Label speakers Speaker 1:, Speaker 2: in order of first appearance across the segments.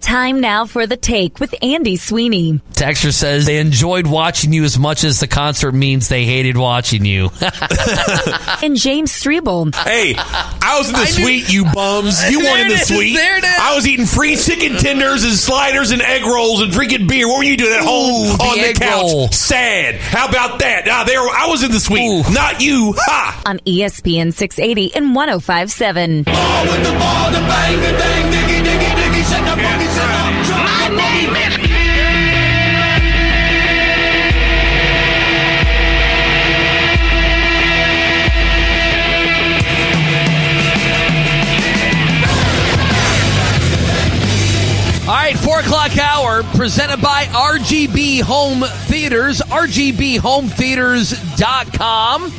Speaker 1: Time now for the take with Andy Sweeney.
Speaker 2: Texter says they enjoyed watching you as much as the concert means they hated watching you.
Speaker 1: and James Strebel.
Speaker 3: Hey, I was in the suite, you bums. You
Speaker 2: There
Speaker 3: wanted
Speaker 2: it
Speaker 3: the
Speaker 2: is.
Speaker 3: suite.
Speaker 2: There it is.
Speaker 3: I was eating free chicken tenders and sliders and egg rolls and drinking beer. What were you doing at home
Speaker 2: the
Speaker 3: on the
Speaker 2: egg
Speaker 3: couch?
Speaker 2: roll.
Speaker 3: Sad. How about that? Ah, there. I was in the suite,
Speaker 2: Ooh.
Speaker 3: not you. Ha!
Speaker 1: On E ESPN 680 and 1057.
Speaker 2: All right, four o'clock hour presented by RGB Home Theaters, RGBHomeTheaters.com.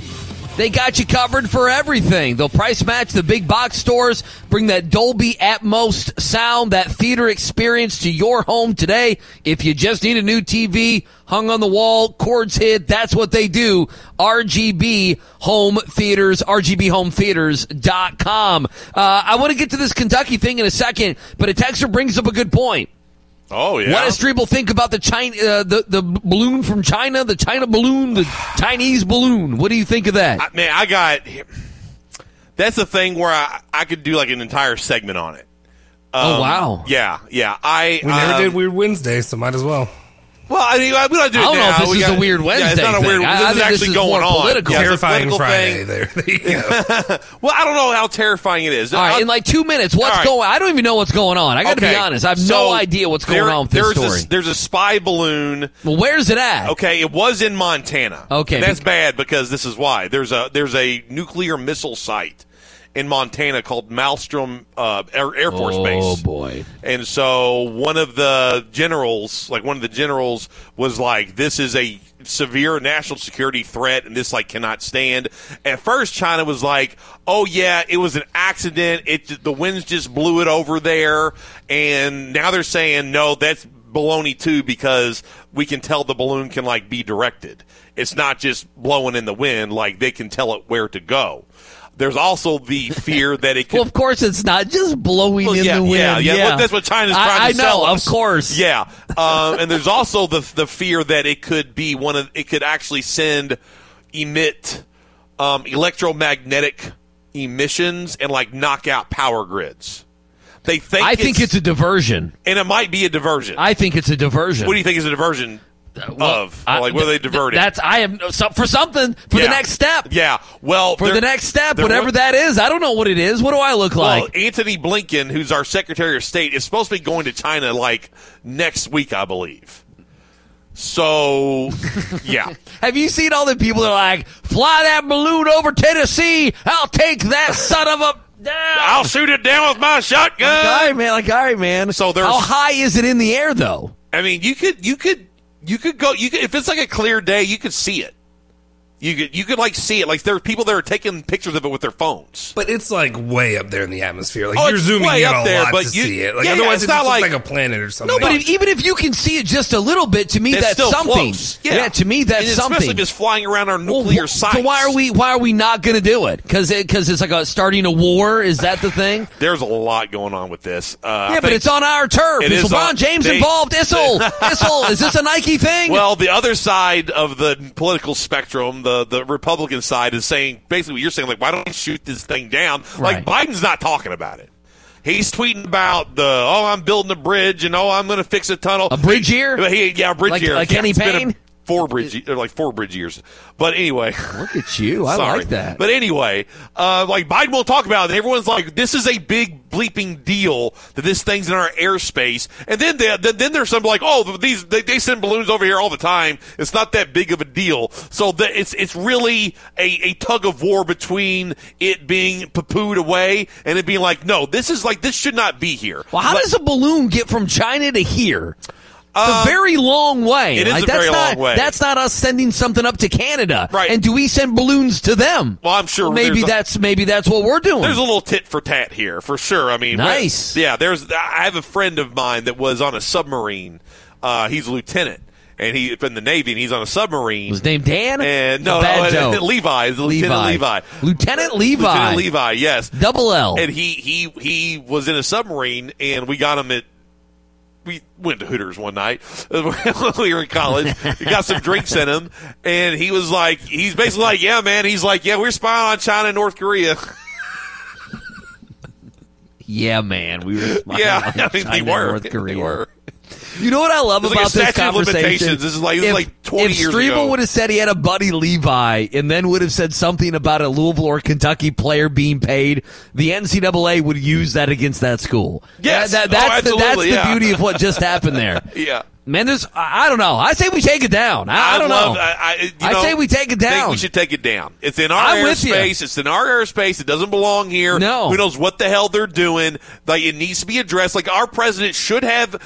Speaker 2: They got you covered for everything. They'll price match the big box stores, bring that Dolby Atmos sound, that theater experience to your home today. If you just need a new TV hung on the wall, cords hid, that's what they do. RGB Home Theaters, RGBHomeTheaters.com. Uh, I want to get to this Kentucky thing in a second, but a texter brings up a good point.
Speaker 3: Oh yeah.
Speaker 2: What does Strebel think about the China, uh, the the balloon from China, the China balloon, the Chinese balloon? What do you think of that?
Speaker 3: I, man, I got. That's the thing where I, I could do like an entire segment on it. Um,
Speaker 2: oh wow!
Speaker 3: Yeah, yeah. I um,
Speaker 4: We never did Weird Wednesday, so might as well.
Speaker 3: Well, I mean, we don't do it
Speaker 2: I don't know
Speaker 3: now.
Speaker 2: if this
Speaker 3: We
Speaker 2: is
Speaker 3: got-
Speaker 2: a Weird
Speaker 3: Yeah, it's
Speaker 2: Wednesday
Speaker 3: not a
Speaker 2: thing.
Speaker 3: weird.
Speaker 2: I- I
Speaker 3: This
Speaker 2: think
Speaker 3: is
Speaker 2: this
Speaker 3: actually
Speaker 2: is
Speaker 3: going
Speaker 2: more
Speaker 3: on.
Speaker 2: political.
Speaker 3: Yeah, it's a
Speaker 4: Terrifying
Speaker 3: political
Speaker 4: Friday
Speaker 3: thing.
Speaker 4: there. There you go.
Speaker 3: Well, I don't know how terrifying it is.
Speaker 2: All right,
Speaker 3: I-
Speaker 2: in like two minutes, what's
Speaker 3: All right.
Speaker 2: going? I don't even know what's going on. I got to
Speaker 3: Okay,
Speaker 2: be honest. I have
Speaker 3: so
Speaker 2: no idea what's going
Speaker 3: there-
Speaker 2: on with this
Speaker 3: there's
Speaker 2: story.
Speaker 3: there's a spy balloon.
Speaker 2: well, where's it at?
Speaker 3: Okay, it was in Montana.
Speaker 2: Okay,
Speaker 3: And that's
Speaker 2: bec-
Speaker 3: bad because this is why there's a there's a nuclear missile site in Montana called Malmstrom uh, Air, Air Force Base.
Speaker 2: Oh boy!
Speaker 3: And so one of the generals, like one of the generals, was like, "This is a severe national security threat, and this like cannot stand." At first, China was like, "Oh yeah, it was an accident. It the winds just blew it over there," and now they're saying, "No, that's baloney too," because we can tell the balloon can like be directed. It's not just blowing in the wind; like they can tell it where to go. There's also the fear that it could
Speaker 2: Well, of course it's not just blowing
Speaker 3: well,
Speaker 2: in
Speaker 3: yeah,
Speaker 2: the wind.
Speaker 3: Yeah, yeah. Well, that's what China's
Speaker 2: I-
Speaker 3: trying to
Speaker 2: I know,
Speaker 3: sell us.
Speaker 2: of course.
Speaker 3: Yeah, um, and there's also the the fear that it could be one of it could actually send emit um, electromagnetic emissions and like knock out power grids. They think
Speaker 2: I think it's, a diversion.
Speaker 3: and it might be a diversion.
Speaker 2: I think it's a diversion.
Speaker 3: what do you think is a diversion of?
Speaker 2: I-
Speaker 3: like, what are they
Speaker 2: th-
Speaker 3: diverting?
Speaker 2: That's I am so- for something for
Speaker 3: Yeah.
Speaker 2: the next step.
Speaker 3: Yeah. Well,
Speaker 2: for
Speaker 3: they're-
Speaker 2: the next step,
Speaker 3: they're-
Speaker 2: whatever that is. I don't know what it is. What do I look
Speaker 3: Well,
Speaker 2: like?
Speaker 3: Anthony Blinken, who's our Secretary of State, is supposed to be going to China like next week, I believe. So, yeah.
Speaker 2: Have you seen all the people that are like, fly that balloon over Tennessee? I'll take that son of a down.
Speaker 3: I'll shoot it down with my
Speaker 2: all
Speaker 3: shotgun.
Speaker 2: right, man. Like, all right, man.
Speaker 3: So there's-
Speaker 2: how high is it in the air though?
Speaker 3: I mean, you could, you could, you could go. You could, if it's like a clear day, you could see it. You could, you could like see it. Like there are people that are taking pictures of it with their phones.
Speaker 4: But it's like way up there in the atmosphere. Like
Speaker 3: Oh,
Speaker 4: you're
Speaker 3: it's
Speaker 4: zooming
Speaker 3: way
Speaker 4: in
Speaker 3: up
Speaker 4: a
Speaker 3: there,
Speaker 4: lot
Speaker 3: but
Speaker 4: to
Speaker 3: you-
Speaker 4: see it. Like
Speaker 3: yeah, yeah,
Speaker 4: otherwise,
Speaker 3: it's
Speaker 4: it
Speaker 3: not
Speaker 4: just looks
Speaker 3: like-
Speaker 4: like a planet or something.
Speaker 2: No, but if, even if you can see it just a little bit, to me that's,
Speaker 3: still
Speaker 2: something.
Speaker 3: close.
Speaker 2: Yeah. to me that's
Speaker 3: And Especially
Speaker 2: something.
Speaker 3: if it's flying around our
Speaker 2: Well,
Speaker 3: nuclear
Speaker 2: wh-
Speaker 3: sites.
Speaker 2: So why are we why are we not going to do it? Because because it's like a starting a war. Is that the thing?
Speaker 3: There's a lot going on with this. Uh, I
Speaker 2: yeah, but
Speaker 3: think-
Speaker 2: it's on our turf.
Speaker 3: It
Speaker 2: Is
Speaker 3: is
Speaker 2: LeBron
Speaker 3: on-
Speaker 2: James
Speaker 3: they-
Speaker 2: involved? Issel, Issel, is this a Nike thing?
Speaker 3: Well, the other side of the political spectrum, the, the Republican side, is saying basically what you're saying, like, why don't we shoot this thing down? Like, Biden's not talking about it. He's tweeting about the, oh, I'm building a bridge and, oh, I'm going to fix a tunnel.
Speaker 2: a bridge here.
Speaker 3: He, yeah, a bridge
Speaker 2: Like-
Speaker 3: here.
Speaker 2: like
Speaker 3: Yeah,
Speaker 2: Kenny
Speaker 3: it's been a-
Speaker 2: Payne?
Speaker 3: four bridge or like four bridge years. But anyway,
Speaker 2: Look at you. I
Speaker 3: Sorry.
Speaker 2: like that.
Speaker 3: But anyway, uh, like Biden will talk about it. Everyone's like, this is a big bleeping deal that this thing's in our airspace. And then they, then, then there's some like, oh, these they, they send balloons over here all the time. It's not that big of a deal. So the, it's it's really a, a tug of war between it being poo-pooed away and it being like, no, this is like this should not be here.
Speaker 2: well, how
Speaker 3: Like-
Speaker 2: does a balloon get from China to here? It's a very long way.
Speaker 3: Uh, it is
Speaker 2: Like,
Speaker 3: a
Speaker 2: that's
Speaker 3: very
Speaker 2: not,
Speaker 3: long way.
Speaker 2: That's not us sending something up to Canada.
Speaker 3: Right.
Speaker 2: And do we send balloons to them?
Speaker 3: Well, I'm sure
Speaker 2: maybe
Speaker 3: there's a-
Speaker 2: that's maybe that's what we're doing.
Speaker 3: There's a little tit for tat here for sure. I mean,
Speaker 2: Nice.
Speaker 3: Yeah, there's. I have a friend of mine that was on a submarine. Uh, he's a lieutenant, and he from the Navy, and he's on a submarine.
Speaker 2: His name Dan.
Speaker 3: And no,
Speaker 2: A bad
Speaker 3: no,
Speaker 2: joke.
Speaker 3: Levi is the lieutenant Levi.
Speaker 2: Lieutenant Levi.
Speaker 3: Lieutenant Levi, yes.
Speaker 2: Double L.
Speaker 3: And he he he was in a submarine, and we got him at. We went to Hooters one night. we were in college. We got some drinks in him, and he was like, he's basically like, yeah, man. He's like, yeah, we're spying on China and North Korea.
Speaker 2: yeah, man. We were smiling.
Speaker 3: yeah,
Speaker 2: on
Speaker 3: I mean,
Speaker 2: uh, China
Speaker 3: they
Speaker 2: and
Speaker 3: were.
Speaker 2: North Korea.
Speaker 3: They were.
Speaker 2: You know what I love
Speaker 3: It's like
Speaker 2: about
Speaker 3: a
Speaker 2: this
Speaker 3: statute of
Speaker 2: conversation?
Speaker 3: limitations. This is like- this is
Speaker 2: if,
Speaker 3: like 20
Speaker 2: if
Speaker 3: years
Speaker 2: Strebel
Speaker 3: ago.
Speaker 2: would have said he had a buddy Levi and then would have said something about a Louisville or Kentucky player being paid, the NCAA would use that against that school.
Speaker 3: Yes.
Speaker 2: That- that-
Speaker 3: Oh,
Speaker 2: that's the, that's
Speaker 3: absolutely,
Speaker 2: the
Speaker 3: yeah.
Speaker 2: beauty of what just happened there.
Speaker 3: Yeah.
Speaker 2: Man, there's I I don't know. I say we take it down. I, I don't
Speaker 3: love-
Speaker 2: know.
Speaker 3: I, I, you
Speaker 2: I
Speaker 3: know,
Speaker 2: say we take it
Speaker 3: think
Speaker 2: down.
Speaker 3: we should take it down. It's in our
Speaker 2: I'm with you.
Speaker 3: airspace. It's in our airspace. It doesn't belong here.
Speaker 2: No.
Speaker 3: Who knows what the hell they're doing? Like it needs to be addressed. Like our president should have.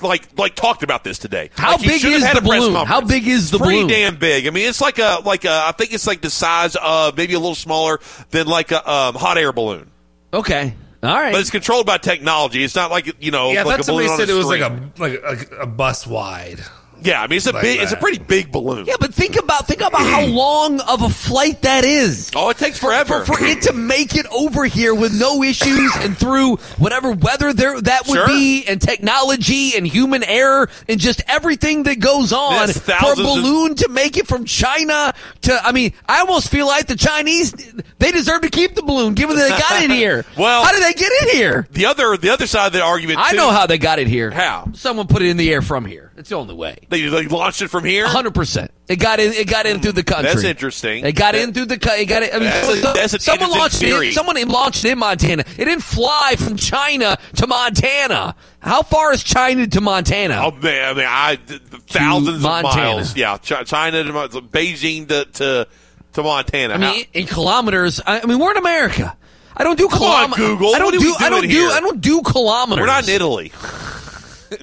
Speaker 3: Like, like talked about this today.
Speaker 2: How
Speaker 3: Like, he
Speaker 2: big
Speaker 3: should have
Speaker 2: is
Speaker 3: had
Speaker 2: the
Speaker 3: a press
Speaker 2: balloon? How
Speaker 3: conference.
Speaker 2: big is the
Speaker 3: It's pretty
Speaker 2: balloon?
Speaker 3: damn big. I mean, it's like a like a. I think it's like the size of maybe a little smaller than like a um, hot air balloon.
Speaker 2: okay. All right.
Speaker 3: But it's controlled by technology. It's not like you know.
Speaker 4: Yeah, I
Speaker 3: like
Speaker 4: thought
Speaker 3: a balloon
Speaker 4: somebody
Speaker 3: on
Speaker 4: said
Speaker 3: a
Speaker 4: it was like
Speaker 3: string.
Speaker 4: a like a, a bus wide.
Speaker 3: Yeah, I mean it's a
Speaker 4: like
Speaker 3: big. It's a
Speaker 4: that.
Speaker 3: pretty big balloon.
Speaker 2: yeah, but think about think about how long of a flight that is.
Speaker 3: Oh, it takes forever.
Speaker 2: for it to make it over here with no issues and through whatever weather there that would
Speaker 3: Sure.
Speaker 2: be and technology and human error and just everything that goes on
Speaker 3: There's
Speaker 2: for a
Speaker 3: thousands of-
Speaker 2: balloon to make it from China to I mean I almost feel like the Chinese they deserve to keep the balloon given that they got it here.
Speaker 3: Well-
Speaker 2: how did they get it here?
Speaker 3: The other the other side of the argument.
Speaker 2: I
Speaker 3: too,
Speaker 2: know how they got it here.
Speaker 3: How?
Speaker 2: Someone put it in the air from here. It's the only way.
Speaker 3: they, they launched it from here.
Speaker 2: 100%. It got in it got in through the country.
Speaker 3: That's interesting.
Speaker 2: It got in through the. cu- It got it. I mean,
Speaker 3: That's a-
Speaker 2: so-
Speaker 3: that's an
Speaker 2: someone
Speaker 3: interesting
Speaker 2: launched
Speaker 3: theory.
Speaker 2: it. Someone launched it in Montana. It didn't fly from China to Montana. How far is China to Montana?
Speaker 3: Oh man, I mean, I th- th- thousands of
Speaker 2: Montana.
Speaker 3: miles. Yeah, Chi China to Mon- Beijing to to, to Montana.
Speaker 2: I mean, in kilometers. I, I mean, we're in America. I don't do
Speaker 3: on,
Speaker 2: kilometers.
Speaker 3: Google.
Speaker 2: I don't
Speaker 3: What are
Speaker 2: do.
Speaker 3: we
Speaker 2: I don't
Speaker 3: doing
Speaker 2: do.
Speaker 3: here?
Speaker 2: I don't do kilometers.
Speaker 3: we're not in Italy.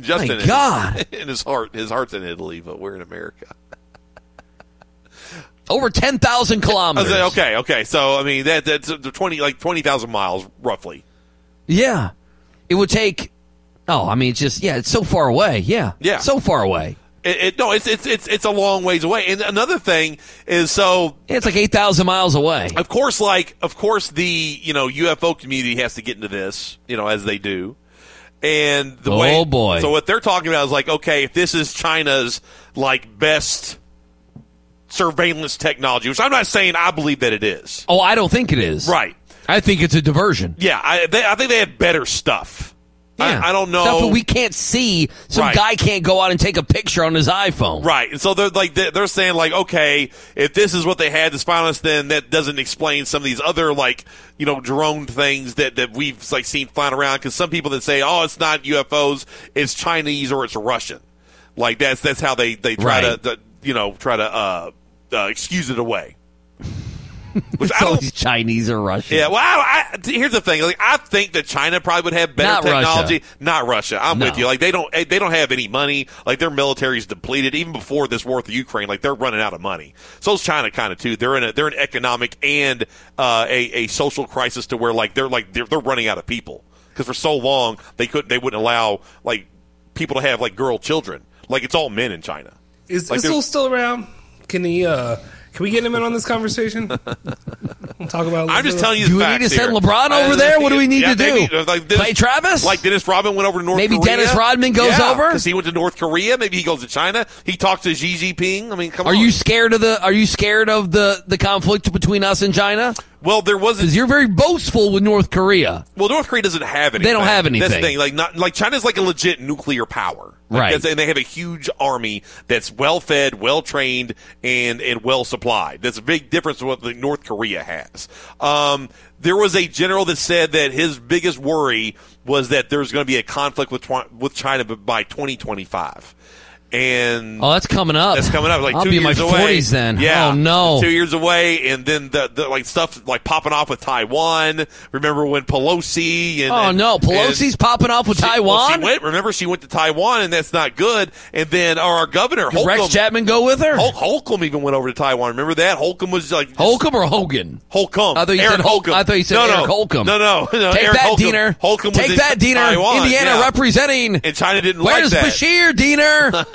Speaker 3: Justin, is.
Speaker 2: God.
Speaker 3: in his heart, his heart's in Italy, but we're in America.
Speaker 2: Over ten thousand
Speaker 3: I
Speaker 2: kilometers.
Speaker 3: was like, okay, okay. So I mean, that that's uh, twenty like twenty thousand miles roughly.
Speaker 2: Yeah, it would take. Oh, I mean, it's just yeah, it's so far away. Yeah,
Speaker 3: Yeah.
Speaker 2: so far away.
Speaker 3: It, it, no, it's it's it's it's a long ways away. And another thing is so
Speaker 2: It's like eight thousand miles away.
Speaker 3: of course, like of course, the you know UFO community has to get into this, you know, as they do. And the
Speaker 2: Oh,
Speaker 3: way,
Speaker 2: boy.
Speaker 3: So what they're talking about is like, okay, if this is China's like best surveillance technology, which I'm not saying I believe that it is,
Speaker 2: Oh, I don't think it is.
Speaker 3: right?
Speaker 2: I think it's a diversion.
Speaker 3: Yeah, I they, I think they have better stuff.
Speaker 2: Yeah.
Speaker 3: I, I don't know.
Speaker 2: Stuff that we can't see. Some
Speaker 3: Right.
Speaker 2: guy can't go out and take a picture on his iPhone.
Speaker 3: Right, and so they're like they're they're saying like, okay, if this is what they had to spy on us, then that doesn't explain some of these other like you know drone things that that we've like seen flying around. Because some people that say, oh, it's not UFOs, it's Chinese or it's Russian, like that's that's how they they try
Speaker 2: Right.
Speaker 3: to, to you know try to uh, uh excuse it away. Which I
Speaker 2: It's always
Speaker 3: don't.
Speaker 2: Chinese or Russian.
Speaker 3: Yeah, well, I, I, here's the thing. Like, I think that China probably would have better
Speaker 2: Not
Speaker 3: technology.
Speaker 2: Russia.
Speaker 3: Not Russia. I'm
Speaker 2: No.
Speaker 3: with you. Like they don't eh, they don't have any money. Like their military's depleted even before this war with Ukraine. Like they're running out of money. So's China kind of too. They're in a they're in economic and uh, a a social crisis to where like they're like they're, they're running out of people because for so long they couldn't they wouldn't allow like people to have like girl children. Like it's all men in China.
Speaker 4: Is
Speaker 3: Like
Speaker 4: Issel
Speaker 3: there's-
Speaker 4: still around? Can he? uh Can we get him in on this conversation? we'll talk about. it
Speaker 3: I'm just
Speaker 4: later.
Speaker 3: telling you.
Speaker 2: Do
Speaker 3: the
Speaker 2: we need
Speaker 3: facts
Speaker 2: to send
Speaker 3: here.
Speaker 2: LeBron
Speaker 3: I-
Speaker 2: over there? What do we need to
Speaker 3: yeah,
Speaker 2: do?
Speaker 3: maybe, uh, like Dennis-
Speaker 2: Play Travis?
Speaker 3: Like Dennis Rodman went over to North.
Speaker 2: Maybe
Speaker 3: Korea?
Speaker 2: Dennis Rodman goes
Speaker 3: yeah,
Speaker 2: over?
Speaker 3: because he went to North Korea. Maybe he goes to China. He talks to Xi Jinping. I mean, come
Speaker 2: Are
Speaker 3: on.
Speaker 2: you scared of the? Are you scared of the the conflict between us and China?
Speaker 3: Well, there wasn't.
Speaker 2: Because you're very boastful with North Korea.
Speaker 3: Well, North Korea doesn't have anything.
Speaker 2: They don't have
Speaker 3: That's the
Speaker 2: anything.
Speaker 3: thing. Like, not like China's like a legit nuclear power, Like,
Speaker 2: Right.
Speaker 3: that's- and they have a huge army that's well fed, well trained, and and well supplied. That's a big difference to what the North Korea has. Um, there was a general that said that his biggest worry was that there's going to be a conflict with twi- with China by 2025, and
Speaker 2: Oh, that's coming up.
Speaker 3: that's coming up. Like
Speaker 2: I'll
Speaker 3: two
Speaker 2: be in
Speaker 3: years
Speaker 2: my
Speaker 3: away.
Speaker 2: 40s then.
Speaker 3: Yeah.
Speaker 2: Oh, no.
Speaker 3: Two years away, and then the, the like stuff like popping off with Taiwan. Remember when Pelosi and
Speaker 2: Oh
Speaker 3: and-
Speaker 2: no,
Speaker 3: and-
Speaker 2: Pelosi's popping off with
Speaker 3: She- well,
Speaker 2: Taiwan.
Speaker 3: she went. Remember, she went to Taiwan, and that's not good. And then our, our governor
Speaker 2: Did
Speaker 3: Holcomb,
Speaker 2: Rex Chapman go with her?
Speaker 3: Hol- Holcomb even went over to Taiwan. Remember that Holcomb was like just-
Speaker 2: Holcomb or Hogan?
Speaker 3: Holcomb.
Speaker 2: I thought you
Speaker 3: Eric
Speaker 2: said Hol-
Speaker 3: Holcomb.
Speaker 2: I thought you said
Speaker 3: no,
Speaker 2: Eric
Speaker 3: no.
Speaker 2: Holcomb.
Speaker 3: No, no, no.
Speaker 2: Take
Speaker 3: Eric
Speaker 2: that,
Speaker 3: Holcomb.
Speaker 2: Diener.
Speaker 3: Holcomb was
Speaker 2: Take
Speaker 3: in
Speaker 2: that, Diener.
Speaker 3: Taiwan,
Speaker 2: Indiana
Speaker 3: yeah.
Speaker 2: representing.
Speaker 3: and China didn't
Speaker 2: Where's
Speaker 3: like that.
Speaker 2: Bashir, Diener?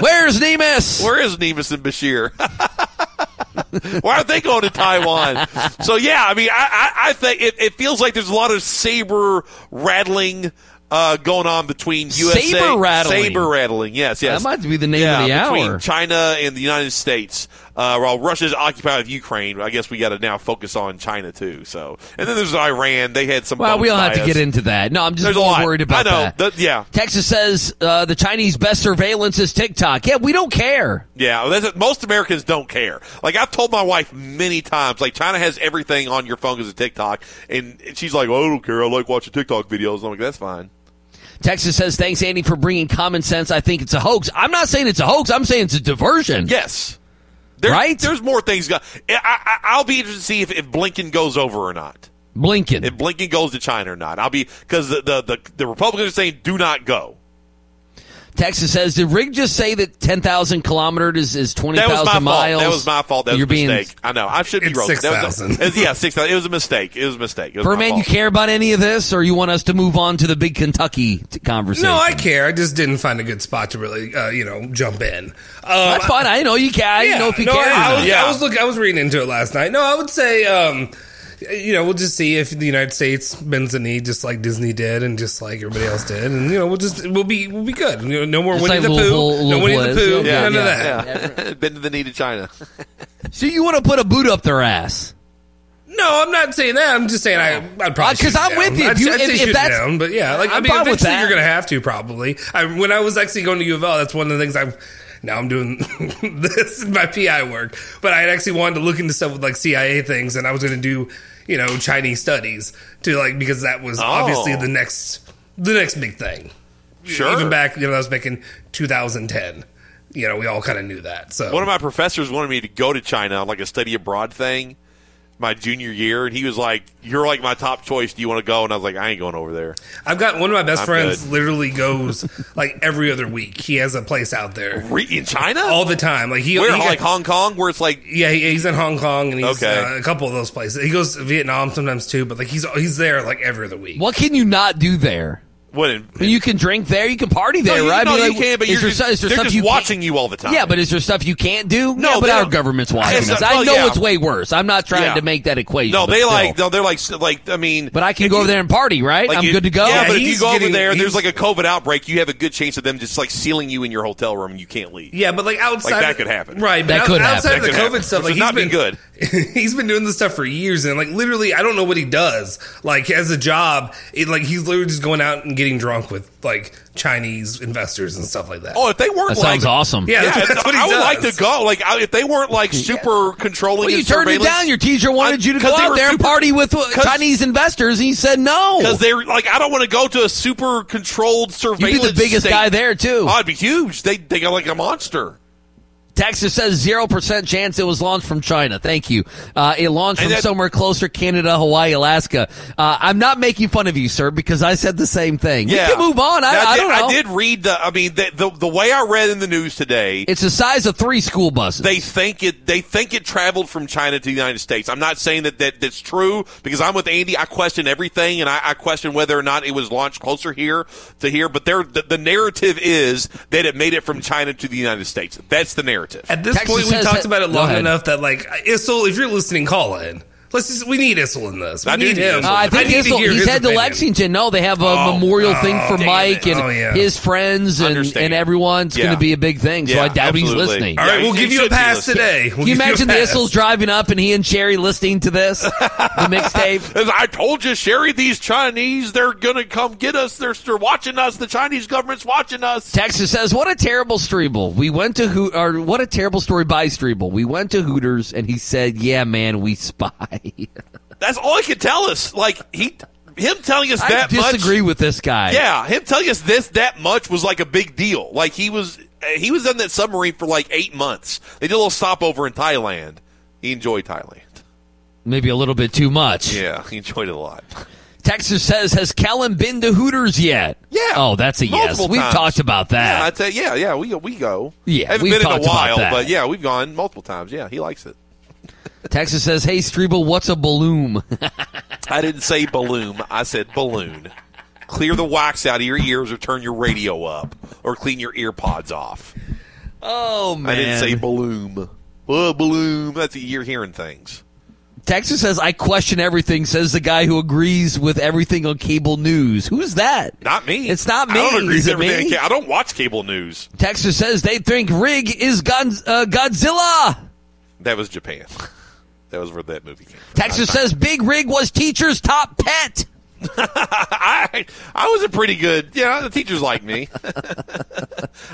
Speaker 2: Where's Nemus?
Speaker 3: Where is Nevis and Bashir? Why aren't they going to Taiwan? So yeah, I mean, I, I, I think it, it feels like there's a lot of saber rattling uh, going on between USA
Speaker 2: Saber rattling?
Speaker 3: saber rattling. Yes, yes,
Speaker 2: That might be the name
Speaker 3: yeah,
Speaker 2: of the
Speaker 3: between
Speaker 2: hour.
Speaker 3: China and the United States. Uh, while Russia's occupied Ukraine, I guess we got to now focus on China too. So, and then there's Iran. They had some.
Speaker 2: Well,
Speaker 3: bombs
Speaker 2: we don't
Speaker 3: by
Speaker 2: have to
Speaker 3: us.
Speaker 2: get into that. No, I'm just
Speaker 3: There's a
Speaker 2: more
Speaker 3: lot.
Speaker 2: worried about
Speaker 3: I know.
Speaker 2: that.
Speaker 3: That- yeah.
Speaker 2: Texas says uh, the Chinese best surveillance is TikTok. Yeah, we don't care.
Speaker 3: Yeah, well, that's it. most Americans don't care. Like I've told my wife many times, like China has everything on your phone as a TikTok, and she's like, "Oh, I don't care. I like watching TikTok videos." I'm like, "That's fine."
Speaker 2: Texas says thanks, Andy, for bringing common sense. I think it's a hoax. I'm not saying it's a hoax. I'm saying it's a diversion.
Speaker 3: Yes, There-
Speaker 2: Right?
Speaker 3: There's more things. Go- I, I, I'll be interested to see if, if Blinken goes over or not.
Speaker 2: Blinken.
Speaker 3: If Blinken goes to China or not, I'll be because the, the the the Republicans are saying do not go.
Speaker 2: Texas says, did Rig just say that 10,000 kilometers is, is
Speaker 3: That was my
Speaker 2: 20,000
Speaker 3: fault.
Speaker 2: miles?
Speaker 3: That was my fault. That was
Speaker 2: You're
Speaker 3: a
Speaker 2: being-
Speaker 3: mistake. I know. I should be
Speaker 4: It's
Speaker 3: wrong. That was a-
Speaker 4: 6,000.
Speaker 3: it's- Yeah, six thousand. It was a mistake. It was a mistake. It was my
Speaker 2: Berman, you
Speaker 3: fault.
Speaker 2: care about any of this, or you want us to move on to the big Kentucky t- conversation?
Speaker 4: No, I care. I just didn't find a good spot to really, uh, you know, jump in. Um,
Speaker 2: That's fine. I know you care. I didn't know if you
Speaker 4: no,
Speaker 2: care. or
Speaker 4: I, I
Speaker 2: not.
Speaker 4: was,
Speaker 3: Yeah.
Speaker 4: I was look. I was reading into it last night. No, I would say, um, you know, we'll just see if the United States bends the knee, just like Disney did, and just like everybody else did, and you know, we'll just we'll be we'll be good. You know, no more
Speaker 2: Just
Speaker 4: Winnie
Speaker 2: like
Speaker 4: the
Speaker 2: Louisville-
Speaker 4: Pooh, no Winnie
Speaker 2: Louisville
Speaker 4: the
Speaker 2: is.
Speaker 4: Pooh,
Speaker 2: Yeah,
Speaker 4: none of
Speaker 2: yeah,
Speaker 4: that.
Speaker 3: Yeah. Bend to the knee to China.
Speaker 2: So you want to put a boot up their ass?
Speaker 4: No, I'm not saying that. I'm just saying I, I'd
Speaker 2: Uh,
Speaker 4: probably
Speaker 2: 'cause
Speaker 4: shoot it
Speaker 2: I'm
Speaker 4: down.
Speaker 2: with you.
Speaker 4: I'd,
Speaker 2: If you-
Speaker 4: I'd
Speaker 2: if-
Speaker 4: say
Speaker 2: if
Speaker 4: shoot it
Speaker 2: that's-
Speaker 4: down, but yeah, like i
Speaker 2: I'm
Speaker 4: mean,
Speaker 2: fine with
Speaker 4: eventually
Speaker 2: that.
Speaker 4: you're gonna have to probably. I, when I was actually going to U of L, that's one of the things I've. Now I'm doing this in my PI work, but I had actually wanted to look into stuff with like CIA things, and I was going to do, you know, Chinese studies to like because that
Speaker 2: Oh.
Speaker 4: was obviously the next the next big thing.
Speaker 3: Sure.
Speaker 4: Even back, you know, I was back in 2010. You know, we all kind of knew that. So
Speaker 3: one of my professors wanted me to go to China on like a study abroad thing my junior year and he was like you're like my top choice do you want to go and I was like I ain't going over there
Speaker 4: I've got one of my best
Speaker 3: I'm
Speaker 4: friends
Speaker 3: good.
Speaker 4: literally goes like every other week. He has a place out there
Speaker 3: Re- in China
Speaker 2: Oh,
Speaker 4: all the time. Like he,
Speaker 3: where
Speaker 4: he
Speaker 3: like Hong Kong where it's like
Speaker 4: yeah, he, he's in Hong Kong and he's
Speaker 3: Okay.
Speaker 4: uh, a couple of those places. He goes to Vietnam sometimes too, but like he's he's there like every other week.
Speaker 2: What can you not do there?
Speaker 3: what in,
Speaker 2: I mean, you can drink there. You can party there,
Speaker 3: you-
Speaker 2: right? I
Speaker 3: no,
Speaker 2: mean,
Speaker 3: you
Speaker 2: like,
Speaker 3: can, but
Speaker 2: is there
Speaker 3: you're just-
Speaker 2: so- is there
Speaker 3: they're
Speaker 2: stuff
Speaker 3: just
Speaker 2: you can't-
Speaker 3: watching you all the time.
Speaker 2: Yeah, but is there stuff you can't do?
Speaker 3: No,
Speaker 2: yeah, but
Speaker 3: they
Speaker 2: our
Speaker 3: don't-
Speaker 2: government's watching
Speaker 3: It's
Speaker 2: us.
Speaker 3: not-
Speaker 2: I
Speaker 3: well,
Speaker 2: know
Speaker 3: yeah.
Speaker 2: it's way worse. I'm not trying
Speaker 3: Yeah.
Speaker 2: to make that equation.
Speaker 3: no
Speaker 2: but
Speaker 3: they
Speaker 2: still.
Speaker 3: like no they're like s- like I mean
Speaker 2: But I can
Speaker 3: if
Speaker 2: go
Speaker 3: you-
Speaker 2: over there and party, right?
Speaker 3: like
Speaker 2: I'm
Speaker 3: you-
Speaker 2: good to go.
Speaker 3: yeah,
Speaker 4: Yeah,
Speaker 3: but if you
Speaker 4: he's
Speaker 3: go over
Speaker 4: getting-
Speaker 3: there and there's
Speaker 4: he's-
Speaker 3: like a COVID outbreak you have a good chance of them just like sealing you in your hotel room and you can't leave
Speaker 4: Yeah, but like outside,
Speaker 3: that could happen.
Speaker 4: right? But
Speaker 2: That
Speaker 4: out-
Speaker 2: could happen.
Speaker 4: outside
Speaker 2: That
Speaker 4: of the
Speaker 3: could
Speaker 4: COVID
Speaker 3: happen,
Speaker 4: stuff,
Speaker 3: which
Speaker 4: like
Speaker 3: has not
Speaker 4: he's
Speaker 3: been
Speaker 4: been
Speaker 3: good.
Speaker 4: he's been doing this stuff for years, and like literally, I don't know what he does. Like as a job, it, like he's literally just going out and getting drunk with like Chinese investors and stuff like that.
Speaker 3: oh if they weren't
Speaker 2: that
Speaker 3: like
Speaker 2: sounds awesome.
Speaker 4: yeah,
Speaker 3: yeah,
Speaker 4: that's, that's what he
Speaker 3: I would
Speaker 4: does.
Speaker 3: like to go. Like, I, if they weren't like super controlling,
Speaker 2: Well, you
Speaker 3: and
Speaker 2: turned it
Speaker 3: surveillance-
Speaker 2: down. Your teacher wanted
Speaker 3: I-
Speaker 2: you to go
Speaker 3: 'cause they
Speaker 2: out
Speaker 3: were
Speaker 2: there and
Speaker 3: super-
Speaker 2: party with uh,
Speaker 3: 'cause-
Speaker 2: Chinese investors, and you said no.
Speaker 3: because they're like, I don't want to go to a super controlled surveillance.
Speaker 2: You'd be the biggest
Speaker 3: state.
Speaker 2: guy there too.
Speaker 3: Oh, I'd be huge. They they got like a monster.
Speaker 2: Texas says zero percent chance it was launched from China. Thank you. Uh, it launched
Speaker 3: And
Speaker 2: from
Speaker 3: that-
Speaker 2: somewhere closer, Canada, Hawaii, Alaska. Uh, I'm not making fun of you, sir, because I said the same thing.
Speaker 3: Yeah,
Speaker 2: We can move on. I,
Speaker 3: Now,
Speaker 2: I
Speaker 3: did,
Speaker 2: don't know.
Speaker 3: I did read the. I mean, the, the the way I read in the news today,
Speaker 2: It's the size of three school buses.
Speaker 3: they think it they think it traveled from China to the United States. I'm not saying that, that that's true because I'm with Andy. I question everything, and I, I question whether or not it was launched closer here to here. But there, the, the narrative is that it made it from China to the United States. That's the narrative.
Speaker 4: At this
Speaker 2: Texas
Speaker 4: point, we
Speaker 2: has
Speaker 4: talked
Speaker 2: that-
Speaker 4: about it
Speaker 2: Go
Speaker 4: long
Speaker 2: ahead.
Speaker 4: enough that, like, Issel, if you're listening, call in. Let's just, we need Issel in this. We
Speaker 3: I do
Speaker 4: need
Speaker 3: need
Speaker 4: him.
Speaker 3: Issel.
Speaker 2: Uh, I think
Speaker 4: need
Speaker 2: Issel-
Speaker 4: hear
Speaker 2: he's
Speaker 4: his
Speaker 2: headed to
Speaker 4: opinion.
Speaker 2: Lexington. No, they have a
Speaker 3: Oh,
Speaker 2: memorial
Speaker 3: oh,
Speaker 2: thing for
Speaker 3: damn
Speaker 2: Mike
Speaker 3: it.
Speaker 2: and
Speaker 4: Oh, yeah.
Speaker 2: his friends and,
Speaker 3: Understand.
Speaker 2: and everyone. It's going
Speaker 3: Yeah.
Speaker 2: to be a big thing. So
Speaker 3: Yeah,
Speaker 2: I doubt
Speaker 3: absolutely.
Speaker 2: he's listening.
Speaker 4: All
Speaker 3: Yeah,
Speaker 4: right,
Speaker 3: he-
Speaker 4: we'll
Speaker 3: he
Speaker 4: give you a
Speaker 3: should be
Speaker 4: pass
Speaker 3: listening.
Speaker 4: today. We'll
Speaker 2: Can you
Speaker 4: give
Speaker 2: imagine
Speaker 4: a
Speaker 2: the
Speaker 4: pass.
Speaker 2: Issel's driving up and he and Sherry listening to this? the mixtape?
Speaker 3: As I told you, Sherry, these Chinese, they're going to come get us. They're, they're watching us. The Chinese government's watching us.
Speaker 2: Texas says, "What a terrible Streeble. We went to Hoot, or what a terrible story by Streeble. We went to Hooters, and he said, "Yeah, man, we spy."
Speaker 3: That's all he can tell us. Like, he, him telling us
Speaker 2: I
Speaker 3: that
Speaker 2: disagree with this guy.
Speaker 3: much. Yeah, him telling us this that much was like a big deal. Like, he was, he was on that submarine for like eight months. They did a little stopover in Thailand. He enjoyed Thailand.
Speaker 2: maybe a little bit too much.
Speaker 3: Yeah, he enjoyed it a lot.
Speaker 2: Texas says, "Has Kellen been to Hooters yet?"
Speaker 3: Yeah.
Speaker 2: Oh, that's a yes.
Speaker 3: Multiple
Speaker 2: We've
Speaker 3: times.
Speaker 2: talked about that.
Speaker 3: Yeah, I tell yeah, yeah, we we go.
Speaker 2: Yeah,
Speaker 3: haven't
Speaker 2: we've
Speaker 3: been in a
Speaker 2: talked about
Speaker 3: while,
Speaker 2: that.
Speaker 3: but yeah, we've gone multiple times. Yeah, he likes it.
Speaker 2: Texas says, "Hey, Streeble, what's a balloon?"
Speaker 3: I didn't say balloon. I said balloon. Clear the wax out of your ears, or turn your radio up, or clean your ear pods off.
Speaker 2: oh man.
Speaker 3: I didn't say balloon. Oh, balloon. That's you're hearing things.
Speaker 2: Texas says, "I question everything." Says the guy who agrees with everything on cable news. Who's that?
Speaker 3: Not me.
Speaker 2: It's not me.
Speaker 3: I don't agree
Speaker 2: Is
Speaker 3: with
Speaker 2: it
Speaker 3: everything.
Speaker 2: me?
Speaker 3: I don't watch cable news.
Speaker 2: Texas says they think Rig is Gon- uh, Godzilla.
Speaker 3: That was Japan. That was where that movie came from.
Speaker 2: Texas says Big Rig was teacher's top pet.
Speaker 3: I I was a pretty good. Yeah, the teachers like me.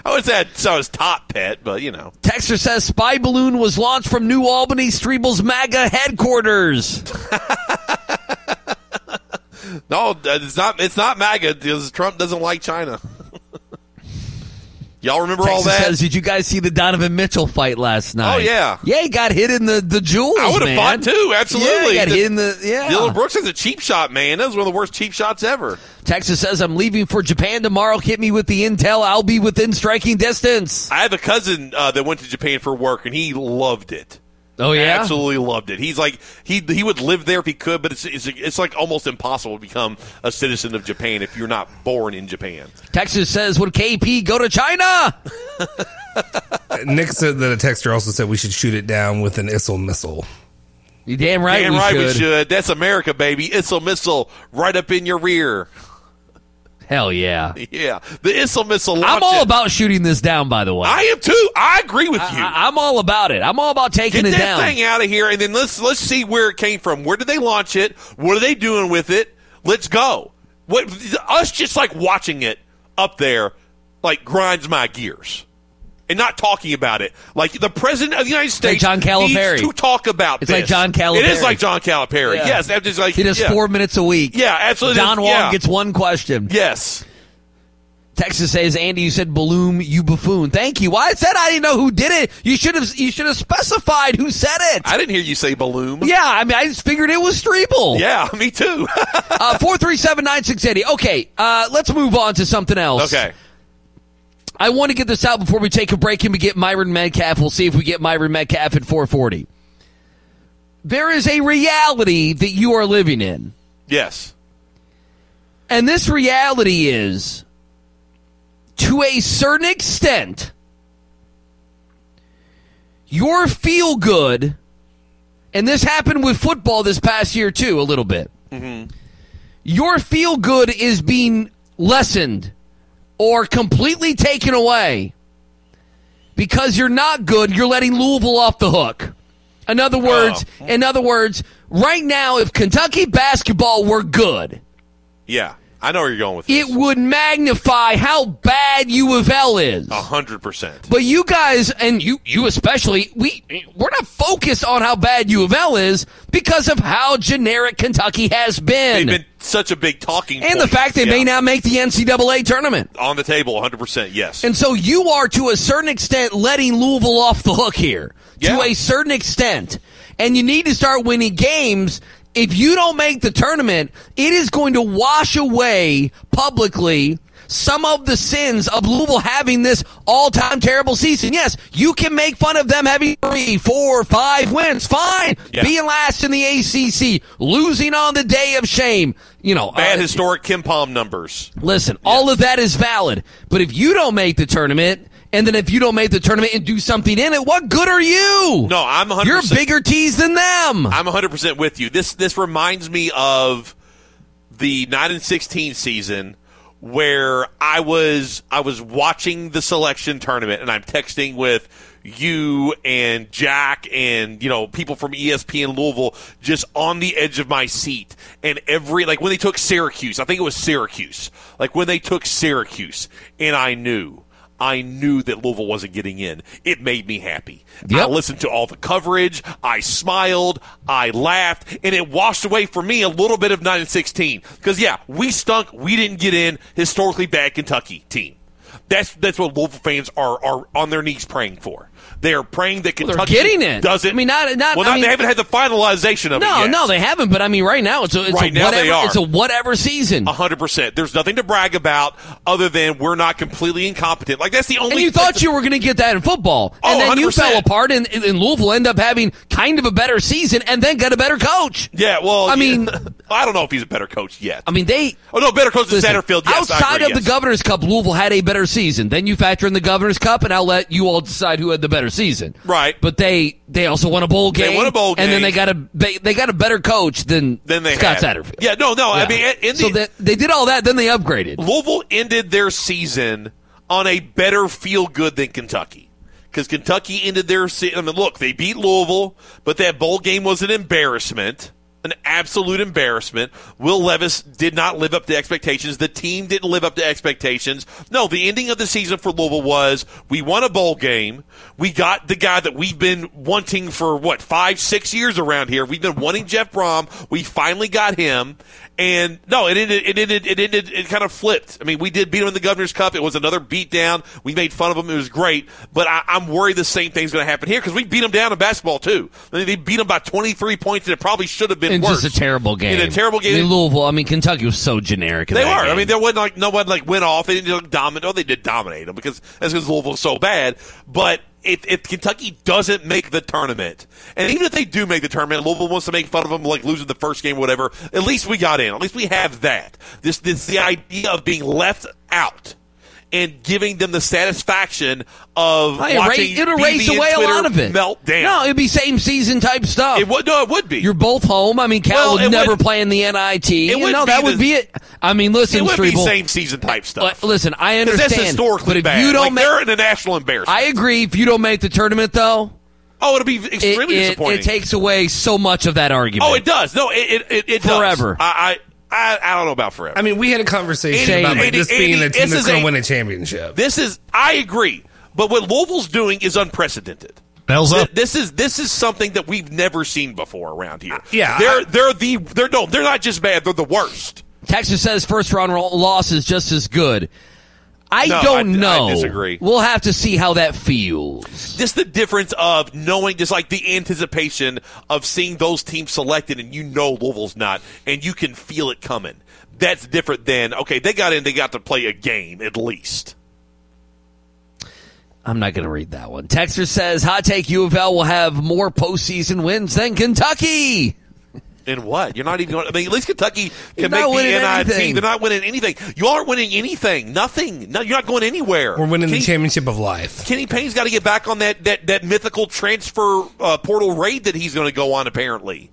Speaker 3: I was that. So I was top pet, but you know.
Speaker 2: Texas says spy balloon was launched from New Albany Strebel's MAGA headquarters.
Speaker 3: No, it's not. It's not MAGA because Trump doesn't like China. Y'all remember all
Speaker 2: Texas
Speaker 3: that? Oh,
Speaker 2: says, "Did you guys see the Donovan Mitchell fight last night?"
Speaker 3: yeah.
Speaker 2: yeah, he got hit in the the jewels.
Speaker 3: I would have
Speaker 2: man.
Speaker 3: fought too. Absolutely.
Speaker 2: Yeah, he got
Speaker 3: The-
Speaker 2: hit in the yeah.
Speaker 3: Dylan Brooks is a cheap shot, man. That was one of the worst cheap shots ever.
Speaker 2: Texas says, "I'm leaving for Japan tomorrow. Hit me with the intel. I'll be within striking distance."
Speaker 3: I have a cousin uh, that went to Japan for work, and he loved it.
Speaker 2: Oh yeah,
Speaker 3: Absolutely loved it. He's like he he would live there if he could, but it's it's, it's like almost impossible to become a citizen of Japan if you're not born in Japan.
Speaker 2: Texas says, "Would KP go to China?"
Speaker 4: Nick said that a texter also said we should shoot it down with an Issel missile.
Speaker 2: You damn right,
Speaker 3: Damn
Speaker 2: we,
Speaker 3: right
Speaker 2: should.
Speaker 3: we should. That's America, baby. It's a missile right up in your rear.
Speaker 2: Hell yeah.
Speaker 3: Yeah, the Issel missile.
Speaker 2: I'm
Speaker 3: launch
Speaker 2: all
Speaker 3: it.
Speaker 2: about shooting this down. By the way,
Speaker 3: I am too. I agree with you.
Speaker 2: I, am all about it. I'm all about taking
Speaker 3: Get
Speaker 2: it
Speaker 3: that
Speaker 2: down.
Speaker 3: thing out of here, and then let's let's see where it came from. Where did they launch it? What are they doing with it? Let's go. What us just like watching it up there, like grinds my gears, and not talking about it. Like the president of the United
Speaker 2: like
Speaker 3: States,
Speaker 2: John Calipari.
Speaker 3: needs to talk about.
Speaker 2: It's like
Speaker 3: this.
Speaker 2: John
Speaker 3: It is
Speaker 2: Calipari.
Speaker 3: like John Calipari.
Speaker 2: Yeah.
Speaker 3: Yes, that's just like
Speaker 2: He does
Speaker 3: yeah.
Speaker 2: four minutes a week.
Speaker 3: Yeah, absolutely.
Speaker 2: Don Juan
Speaker 3: Yeah.
Speaker 2: gets one question.
Speaker 3: Yes.
Speaker 2: Texas says, Andy, you said balloon, you buffoon. Thank you. Well, I said I didn't know who did it. You should have. You should have specified who said it.
Speaker 3: I didn't hear you say balloon.
Speaker 2: yeah, I mean, I just figured it was Streeble.
Speaker 3: Yeah, me too.
Speaker 2: Uh, Four three seven nine six eighty. Okay, uh, let's move on to something else.
Speaker 3: okay.
Speaker 2: I want to get this out before we take a break and we get Myron Metcalf. We'll see if we get Myron Metcalf at 440. There is a reality that you are living in.
Speaker 3: Yes.
Speaker 2: And this reality is, to a certain extent, your feel good, and this happened with football this past year too, a little bit. Your feel good is being lessened or completely taken away because you're not good. You're letting Louisville off the hook. In other words, in other words, right now, if Kentucky basketball were good,
Speaker 3: Yeah. I know where you're going with
Speaker 2: it
Speaker 3: this.
Speaker 2: would magnify how bad U of L is.
Speaker 3: A hundred percent.
Speaker 2: But you guys, and you, you especially, we we're not focused on how bad U of L is because of how generic Kentucky has been,
Speaker 3: They've been such a big talking
Speaker 2: and the
Speaker 3: point.
Speaker 2: fact they
Speaker 3: Yeah.
Speaker 2: may not make the NCAA tournament.
Speaker 3: on the table 100% yes
Speaker 2: And so you are, to a certain extent, letting Louisville off the hook here.
Speaker 3: Yeah.
Speaker 2: To a certain extent. And you need to start winning games. If you don't make the tournament, it is going to wash away publicly some of the sins of Louisville having this all time terrible season. Yes, you can make fun of them having three, four, five wins. Fine.
Speaker 3: Yeah.
Speaker 2: Being last in the ACC, losing on the day of shame. You know,
Speaker 3: Bad
Speaker 2: uh,
Speaker 3: historic Kim Palm numbers.
Speaker 2: Listen, all of that is valid. But if you don't make the tournament, and then if you don't make the tournament and do something in it, what good are you?
Speaker 3: No, I'm 100%.
Speaker 2: You're bigger tees than them.
Speaker 3: I'm 100% with you. This this reminds me of the 9 and 16 season where I was I was watching the selection tournament and I'm texting with you and Jack and you know people from E ESPN Louisville just on the edge of my seat and every like when they took Syracuse I think it was Syracuse like when they took Syracuse and I knew I knew that Louisville wasn't getting in. It made me happy. I
Speaker 2: Yep.
Speaker 3: listened to all the coverage. I smiled. I laughed, and it washed away for me a little bit of nine and sixteen. Because yeah, we stunk. We didn't get in. Historically bad Kentucky team. That's that's what Louisville fans are are on their knees praying for. They are praying that
Speaker 2: they're
Speaker 3: Kentucky
Speaker 2: getting it.
Speaker 3: doesn't.
Speaker 2: I mean, not- not-
Speaker 3: well.
Speaker 2: I
Speaker 3: not-
Speaker 2: mean-
Speaker 3: they haven't had the finalization of it.
Speaker 2: no,
Speaker 3: yet.
Speaker 2: no, they haven't. But I mean, right now it's a, it's
Speaker 3: Right
Speaker 2: a
Speaker 3: now
Speaker 2: whatever.
Speaker 3: they are.
Speaker 2: It's a whatever season.
Speaker 3: hundred percent. There's nothing to brag about other than we're not completely incompetent. Like that's the only.
Speaker 2: and you thought you were going to get that in football, and
Speaker 3: Oh,
Speaker 2: then you
Speaker 3: 100%.
Speaker 2: fell apart, and, and Louisville end up having kind of a better season, and then got a better coach.
Speaker 3: Yeah, well,
Speaker 2: I
Speaker 3: yeah.
Speaker 2: mean-
Speaker 3: I don't know if he's a better coach yet.
Speaker 2: I mean, they
Speaker 3: oh no, better coach than
Speaker 2: Listen,
Speaker 3: Satterfield. Yes, I
Speaker 2: outside
Speaker 3: agree,
Speaker 2: of the
Speaker 3: yes.
Speaker 2: Governor's Cup, Louisville had a better season. Then you factor in the Governor's Cup, and I'll let you all decide who had the better season.
Speaker 3: Right.
Speaker 2: But they they also won a bowl game.
Speaker 3: won a bowl
Speaker 2: and then
Speaker 3: game.
Speaker 2: they got a they, they got a better coach than
Speaker 3: Then they
Speaker 2: Scott
Speaker 3: had.
Speaker 2: Satterfield.
Speaker 3: Yeah, no, no. I mean, in- in
Speaker 2: so
Speaker 3: the,
Speaker 2: that they did all that. Then they upgraded.
Speaker 3: Louisville ended their season on a better feel good than Kentucky. Because Kentucky ended their season. I mean, look, they beat Louisville, but that bowl game was an embarrassment, an absolute embarrassment. Will Levis did not live up to expectations. The team didn't live up to expectations. No, the ending of the season for Louisville was we won a bowl game. We got the guy that we've been wanting for, what, five, six years around here. We've been wanting Jeff Brom. We finally got him. And no, it ended. It ended. It ended. It kind of flipped. I mean, we did beat him in the Governor's Cup. It was another beatdown. We made fun of him. It was great. But I, I'm worried the same thing's going to happen here because we beat him down in basketball too. I mean, they beat him by 23 points, and it probably should have been
Speaker 2: And
Speaker 3: worse.
Speaker 2: just a terrible game.
Speaker 3: In a terrible game.
Speaker 2: I mean, Louisville. I mean, Kentucky was so generic. in
Speaker 3: They
Speaker 2: that
Speaker 3: were. I
Speaker 2: game.
Speaker 3: mean, there wasn't like no one like went off. They didn't like, dominate. Oh, they did dominate them because that's because Louisville was so bad. But if, if Kentucky doesn't make the tournament, and even if they do make the tournament, Louisville wants to make fun of them like losing the first game, or whatever. At least we got in. At least we have that. This this the idea of being left out. And giving them the satisfaction of
Speaker 2: I erase,
Speaker 3: watching
Speaker 2: it erased
Speaker 3: BB and
Speaker 2: away a
Speaker 3: Twitter
Speaker 2: lot of it.
Speaker 3: melt down.
Speaker 2: No, it'd be same season type stuff.
Speaker 3: it would. No, it would be.
Speaker 2: You're both home. I mean, Cal
Speaker 3: Well, it
Speaker 2: would never
Speaker 3: would-
Speaker 2: play in the NIT. you
Speaker 3: would
Speaker 2: know,
Speaker 3: be
Speaker 2: that
Speaker 3: the-
Speaker 2: would be it. I mean, listen,
Speaker 3: it would be
Speaker 2: Strebel,
Speaker 3: same season type stuff.
Speaker 2: But listen, I
Speaker 3: 'Cause
Speaker 2: understand.
Speaker 3: that's historically
Speaker 2: but if
Speaker 3: bad.
Speaker 2: you
Speaker 3: like,
Speaker 2: don't
Speaker 3: they're
Speaker 2: make,
Speaker 3: in a national embarrassment.
Speaker 2: I agree. If you don't make the tournament, though,
Speaker 3: Oh, it'll be
Speaker 2: it,
Speaker 3: extremely
Speaker 2: it-
Speaker 3: disappointing.
Speaker 2: it takes away so much of that argument.
Speaker 3: oh, it does. No, it it, it, it does.
Speaker 2: Forever.
Speaker 3: I, I I I don't know about forever.
Speaker 4: I mean, we had a conversation
Speaker 3: Andy,
Speaker 4: about like,
Speaker 3: Andy,
Speaker 4: this
Speaker 3: Andy,
Speaker 4: being a team
Speaker 3: this
Speaker 4: that's
Speaker 3: is
Speaker 4: going
Speaker 3: a-
Speaker 4: to win a championship.
Speaker 3: this is I agree, but what Louisville's doing is unprecedented.
Speaker 5: Bells
Speaker 3: Th-
Speaker 5: up.
Speaker 3: This is this is something that we've never seen before around here.
Speaker 4: Yeah,
Speaker 3: they're
Speaker 4: I-
Speaker 3: they're the they're no they're not just bad. They're the worst.
Speaker 2: Texas says first round ro- loss is just as good. I
Speaker 3: No,
Speaker 2: don't
Speaker 3: I- I
Speaker 2: know.
Speaker 3: disagree.
Speaker 2: We'll have to see how that feels.
Speaker 3: Just the difference of knowing, just like the anticipation of seeing those teams selected, and you know Louisville's not, and you can feel it coming. That's different than okay, they got in, they got to play a game at least.
Speaker 2: I'm not going to read that one. Texter says hot take: U of L will have more postseason wins than Kentucky.
Speaker 3: In what? You're not even going. I mean, at least Kentucky
Speaker 2: They're
Speaker 3: can make
Speaker 2: not winning
Speaker 3: the NIT.
Speaker 2: anything.
Speaker 3: They're not winning anything. You aren't winning anything. Nothing. No, you're not going anywhere.
Speaker 4: We're winning the
Speaker 3: Kenny-
Speaker 4: championship of life.
Speaker 3: Kenny Payne's got to get back on that that that mythical transfer uh, portal raid that he's going to go on. Apparently,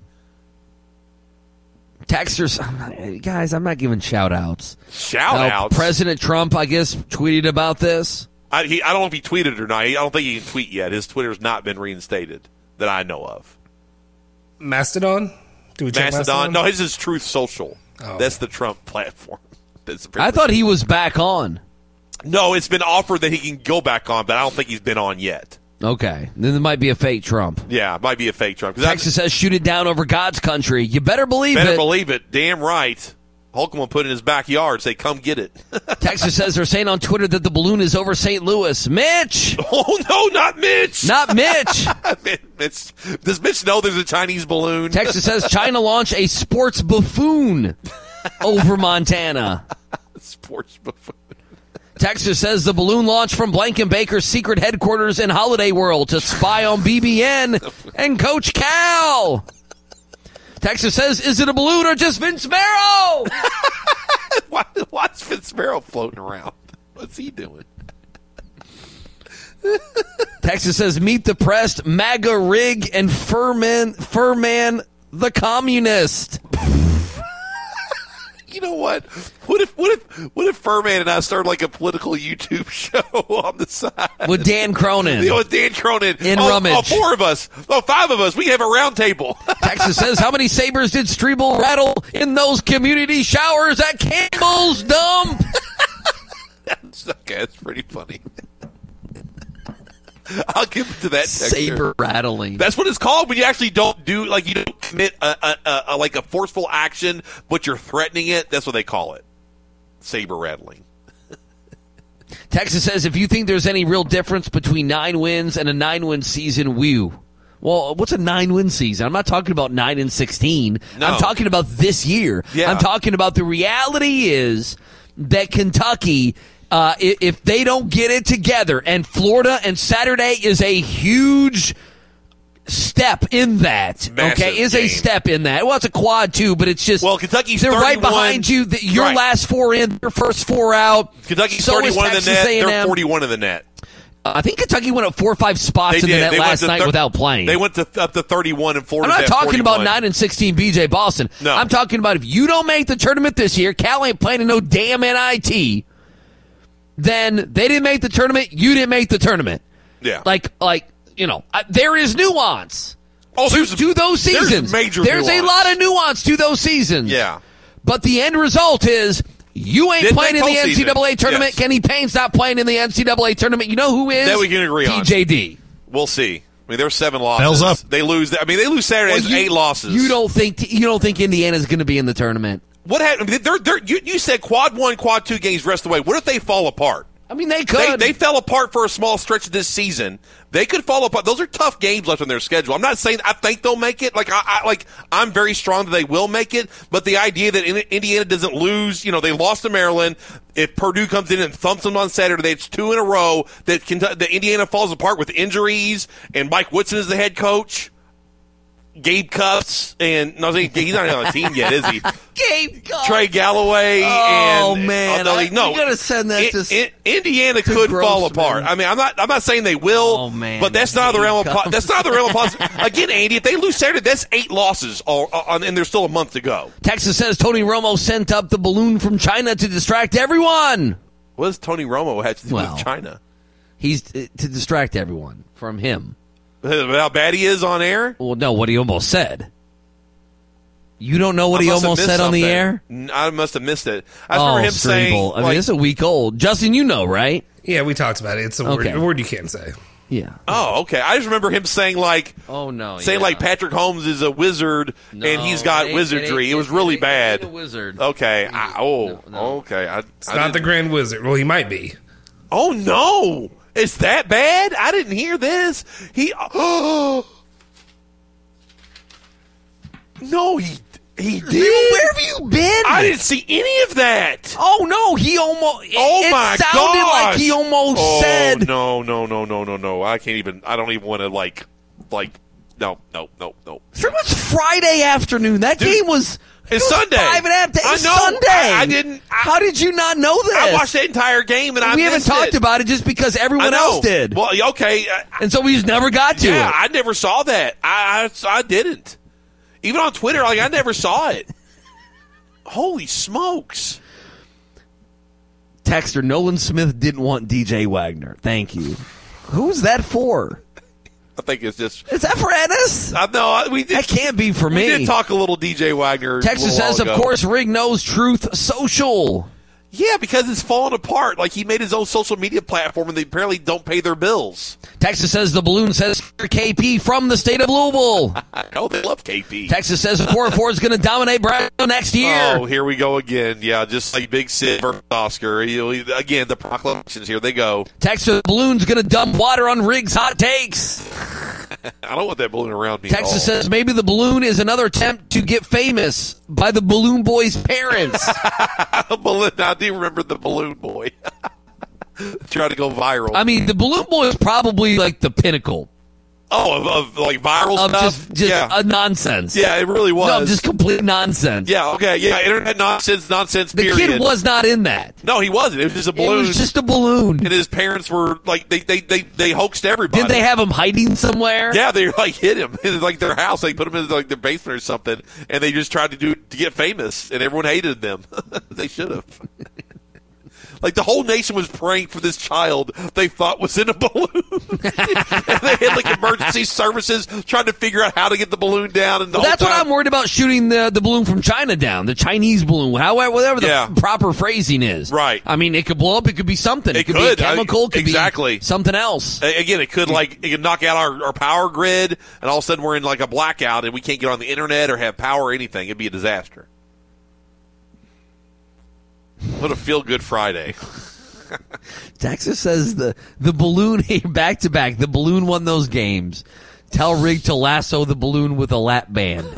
Speaker 2: Texters, I'm not, guys, I'm not giving shout outs.
Speaker 3: shout
Speaker 2: Now,
Speaker 3: outs.
Speaker 2: President Trump, I guess, tweeted about this.
Speaker 3: I, he, I don't know if he tweeted or not. I don't think he can tweet yet. His Twitter's not been reinstated that I know of.
Speaker 4: Mastodon? Do we check
Speaker 3: Mastodon.
Speaker 4: Mastodon?
Speaker 3: No, his is Truth Social. That's the Trump platform. That's
Speaker 2: Oh, I thought he was back on.
Speaker 3: no, it's been offered that he can go back on, but I don't think he's been on yet.
Speaker 2: Okay, then there might be a fake Trump.
Speaker 3: Yeah, it might be a fake Trump. 'Cause I-
Speaker 2: Texas says shoot it down over God's country. You better believe
Speaker 3: Better
Speaker 2: it.
Speaker 3: believe it. Damn right. Holcomb will put it in his backyard. Say, come get it.
Speaker 2: Texas says they're saying on Twitter that the balloon is over St. Louis. Mitch,
Speaker 3: oh no, not Mitch.
Speaker 2: not Mitch.
Speaker 3: Mitch. Does Mitch know there's a Chinese balloon?
Speaker 2: Texas says China launched a sports buffoon over Montana.
Speaker 3: Sports buffoon.
Speaker 2: Texas says the balloon launch from Blankenbaker's secret headquarters in Holiday World to spy on BBN and Coach Cal. Texas says, is it a balloon or just Vince Merrill?
Speaker 3: Why, why is Fitzgerald floating around? What's he doing?
Speaker 2: Texas says, meet the press, MAGA rig, and Furman, Furman the communist.
Speaker 3: You know what? What if what if what if Furman and I started like a political YouTube show on the side?
Speaker 2: With Dan Cronin.
Speaker 3: You know, with Dan Cronin
Speaker 2: In
Speaker 3: all,
Speaker 2: Rummage.
Speaker 3: all four of us, oh five of us, we have a round table.
Speaker 2: Texas says, how many sabers did Strebel rattle in those community showers at Campbell's Dump?
Speaker 3: okay, that's pretty funny. I'll give it to that. Texture.
Speaker 2: Saber rattling.
Speaker 3: That's what it's called when you actually don't do like you don't commit a, a, a, a like a forceful action, but you're threatening it. That's what they call it, saber rattling.
Speaker 2: Texas says, if you think there's any real difference between nine wins and a nine win season, woo. Well, what's a nine win season? I'm not talking about nine and 16.
Speaker 3: No.
Speaker 2: I'm talking about this year.
Speaker 3: Yeah.
Speaker 2: I'm talking about the reality is that Kentucky, uh, i- if they don't get it together, and Florida and Saturday is a huge step in that.
Speaker 3: Massive
Speaker 2: okay, is a
Speaker 3: game.
Speaker 2: step in that. Well, it's a quad two, but it's just
Speaker 3: Well, Kentucky's
Speaker 2: they're right
Speaker 3: 31
Speaker 2: behind you. That your
Speaker 3: Right.
Speaker 2: last four in, your first four out.
Speaker 3: Kentucky's
Speaker 2: So is
Speaker 3: 31 in the
Speaker 2: Texas
Speaker 3: net.
Speaker 2: A&M.
Speaker 3: They're 41 in the net.
Speaker 2: I think Kentucky went up four or five spots
Speaker 3: They
Speaker 2: in the
Speaker 3: did.
Speaker 2: net
Speaker 3: They went
Speaker 2: last
Speaker 3: to
Speaker 2: night
Speaker 3: thir-
Speaker 2: without playing.
Speaker 3: They went to up to 31 and
Speaker 2: I'm
Speaker 3: Florida.
Speaker 2: not talking about nine and sixteen BJ Boston.
Speaker 3: No.
Speaker 2: I'm talking about if you don't make the tournament this year, Cal ain't playing in no damn NIT. Then they didn't make the tournament. You didn't make the tournament.
Speaker 3: Yeah.
Speaker 2: Like like you know I, there is nuance
Speaker 3: oh,
Speaker 2: to,
Speaker 3: there's a-
Speaker 2: to those seasons.
Speaker 3: There's major.
Speaker 2: There's a
Speaker 3: nuance.
Speaker 2: lot of nuance to those seasons.
Speaker 3: Yeah.
Speaker 2: But the end result is you ain't
Speaker 3: Didn't
Speaker 2: playing in
Speaker 3: make
Speaker 2: the
Speaker 3: postseason.
Speaker 2: NCAA tournament.
Speaker 3: Yes.
Speaker 2: Kenny Payne's not playing in the NCAA tournament. You know who is?
Speaker 3: That we can agree on.
Speaker 2: TJD.
Speaker 3: We'll see. I mean, there's seven losses.
Speaker 5: Bells up.
Speaker 3: They lose. I mean, they lose Saturday.
Speaker 2: Well,
Speaker 3: It's eight losses.
Speaker 2: You don't think you don't think Indiana's going to be in the tournament?
Speaker 3: What happened? I mean, They're, they're, you, you said quad one, quad two games rest of the way. What if they fall apart?
Speaker 2: I mean, they
Speaker 3: They,
Speaker 2: could.
Speaker 3: they fell apart for a small stretch of this season. They could fall apart. Those are tough games left on their schedule. I'm not saying I think they'll make it. Like I, I like I'm very strong that they will make it. But the idea that In- Indiana doesn't lose, you know, they lost to Maryland. If Purdue comes in and thumps them on Saturday, it's two in a row that can, that Indiana falls apart with injuries and Mike Woodson is the head coach. Gabe Cuffs and no, he's not on the team yet, is he?
Speaker 2: Gabe, God.
Speaker 3: Trey Galloway.
Speaker 2: Oh,
Speaker 3: and,
Speaker 2: man.
Speaker 3: although he-
Speaker 2: I-
Speaker 3: no,
Speaker 2: you gotta send that to s-
Speaker 3: Indiana could fall
Speaker 2: Grossman.
Speaker 3: apart. I mean, I'm not. I'm not saying they will.
Speaker 2: Oh, man.
Speaker 3: but that's not the realm of. Po-
Speaker 2: Here
Speaker 3: that's not the realm of possible. Again, Andy, if they lose Saturday, that's eight losses, all, uh, on, and there's still a month to go.
Speaker 2: Texas says Tony Romo sent up the balloon from China to distract everyone.
Speaker 3: What does Tony Romo have to do
Speaker 2: Well.
Speaker 3: with China?
Speaker 2: He's uh, to distract everyone from him.
Speaker 3: How bad he is on air?
Speaker 2: Well, no, what he almost said. You don't know what he
Speaker 3: I must have
Speaker 2: almost said
Speaker 3: missed
Speaker 2: on the
Speaker 3: something.
Speaker 2: air.
Speaker 3: N- I must have missed it. I
Speaker 2: oh,
Speaker 3: remember him
Speaker 2: Strebel.
Speaker 3: saying,
Speaker 2: I mean,
Speaker 3: like,
Speaker 2: it's a week old. Justin, you know, right?
Speaker 4: Yeah, we talked about it. It's a
Speaker 2: Okay.
Speaker 4: word, a word you can't say.
Speaker 2: Yeah.
Speaker 3: "Oh, okay." I just remember him saying, like,
Speaker 2: Oh no.
Speaker 3: saying like Patrick Holmes is a wizard and he's got wizardry. It, was really bad.
Speaker 2: wizard.
Speaker 3: Okay. I, oh, okay. I,
Speaker 4: It's not the Grand Wizard. Well, he might be.
Speaker 3: oh no, it's that bad. I didn't hear this. He. Oh. No, he he did.
Speaker 2: Where have you been?
Speaker 3: I didn't see any of that.
Speaker 2: Oh no, he almost. It,
Speaker 3: Oh
Speaker 2: it
Speaker 3: my god!
Speaker 2: sounded like he almost
Speaker 3: oh,
Speaker 2: said.
Speaker 3: No, no, no, no, no, no. I can't even. I don't even want to like, like. No, no, no, no.
Speaker 2: Sure, it was Friday afternoon. That
Speaker 3: Dude,
Speaker 2: game was. it
Speaker 3: it's
Speaker 2: was
Speaker 3: Sunday.
Speaker 2: Five and a half days.
Speaker 3: I know.
Speaker 2: Sunday.
Speaker 3: I- I didn't- I-
Speaker 2: How did you not know this?
Speaker 3: I watched that entire game and I
Speaker 2: we haven't
Speaker 3: missed
Speaker 2: talked
Speaker 3: it.
Speaker 2: about it just because everyone
Speaker 3: I know.
Speaker 2: else did,
Speaker 3: Well, okay. I-
Speaker 2: and so we just never got to
Speaker 3: yeah,
Speaker 2: it.
Speaker 3: I never saw that. I, I I didn't. Even on Twitter, like I never saw it. Holy smokes!
Speaker 2: Texter Nolan Smith didn't want DJ Wagner. Thank you. Who's that for?
Speaker 3: I think it's just.
Speaker 2: Is that for Ennis?
Speaker 3: I know I- we did.
Speaker 2: That can't be for
Speaker 3: we
Speaker 2: me.
Speaker 3: did talk a little DJ Wagner. a
Speaker 2: Texas
Speaker 3: little while
Speaker 2: says, of
Speaker 3: ago.
Speaker 2: course, Rig knows Truth Social.
Speaker 3: Yeah, because it's falling apart. Like he made his own social media platform, and they apparently don't pay their bills.
Speaker 2: Texas says the balloon says for KP from the state of Louisville.
Speaker 3: I know they love KP.
Speaker 2: Texas says Core Four is going to dominate Brown next year.
Speaker 3: Oh, here we go again. Yeah, just like Big Sid versus Oscar. You- Again, the proclamations. Here they go.
Speaker 2: Texas balloon's going to dump water on Riggs' hot takes.
Speaker 3: I don't want that balloon around me. at all.
Speaker 2: Texas says maybe the balloon is another attempt to get famous by the balloon boy's parents.
Speaker 3: Balloon- I do remember the balloon boy. try to go viral.
Speaker 2: I mean, the Balloon Boy is probably like the pinnacle
Speaker 3: oh, of, of like viral
Speaker 2: of
Speaker 3: stuff.
Speaker 2: just just
Speaker 3: yeah,
Speaker 2: uh, nonsense.
Speaker 3: yeah, it really was.
Speaker 2: no, just complete nonsense.
Speaker 3: yeah, okay, yeah, internet nonsense, nonsense.
Speaker 2: the
Speaker 3: period.
Speaker 2: kid was not in that.
Speaker 3: no, he wasn't. It was just a
Speaker 2: It
Speaker 3: balloon.
Speaker 2: was just a balloon.
Speaker 3: and his parents were like they they they, they hoaxed everybody.
Speaker 2: Did they have him hiding somewhere?
Speaker 3: Yeah, they like hit him in like their house. They put him in like their basement or something, and they just tried to do to get famous, and everyone hated them. they should have. Like the whole nation was praying for this child they thought was in a balloon. and they had like emergency services trying to figure out how to get the balloon down. And the
Speaker 2: Well,
Speaker 3: whole
Speaker 2: that's what
Speaker 3: time-
Speaker 2: I'm worried about shooting the, the balloon from China down, the Chinese balloon, however, whatever the
Speaker 3: Yeah.
Speaker 2: proper phrasing is.
Speaker 3: Right.
Speaker 2: I mean, it could blow up. It could be something. It,
Speaker 3: It
Speaker 2: could,
Speaker 3: could.
Speaker 2: be a
Speaker 3: I-
Speaker 2: chemical. It could
Speaker 3: exactly. Uh,
Speaker 2: be something else.
Speaker 3: A- Again, it could like it could knock out our, our power grid, and all of a sudden we're in like a blackout, and we can't get on the internet or have power or anything. It'd be a disaster. What a feel good Friday.
Speaker 2: Texas says the the balloon back to back. The balloon won those games. Tell Rig to lasso the balloon with a lap band.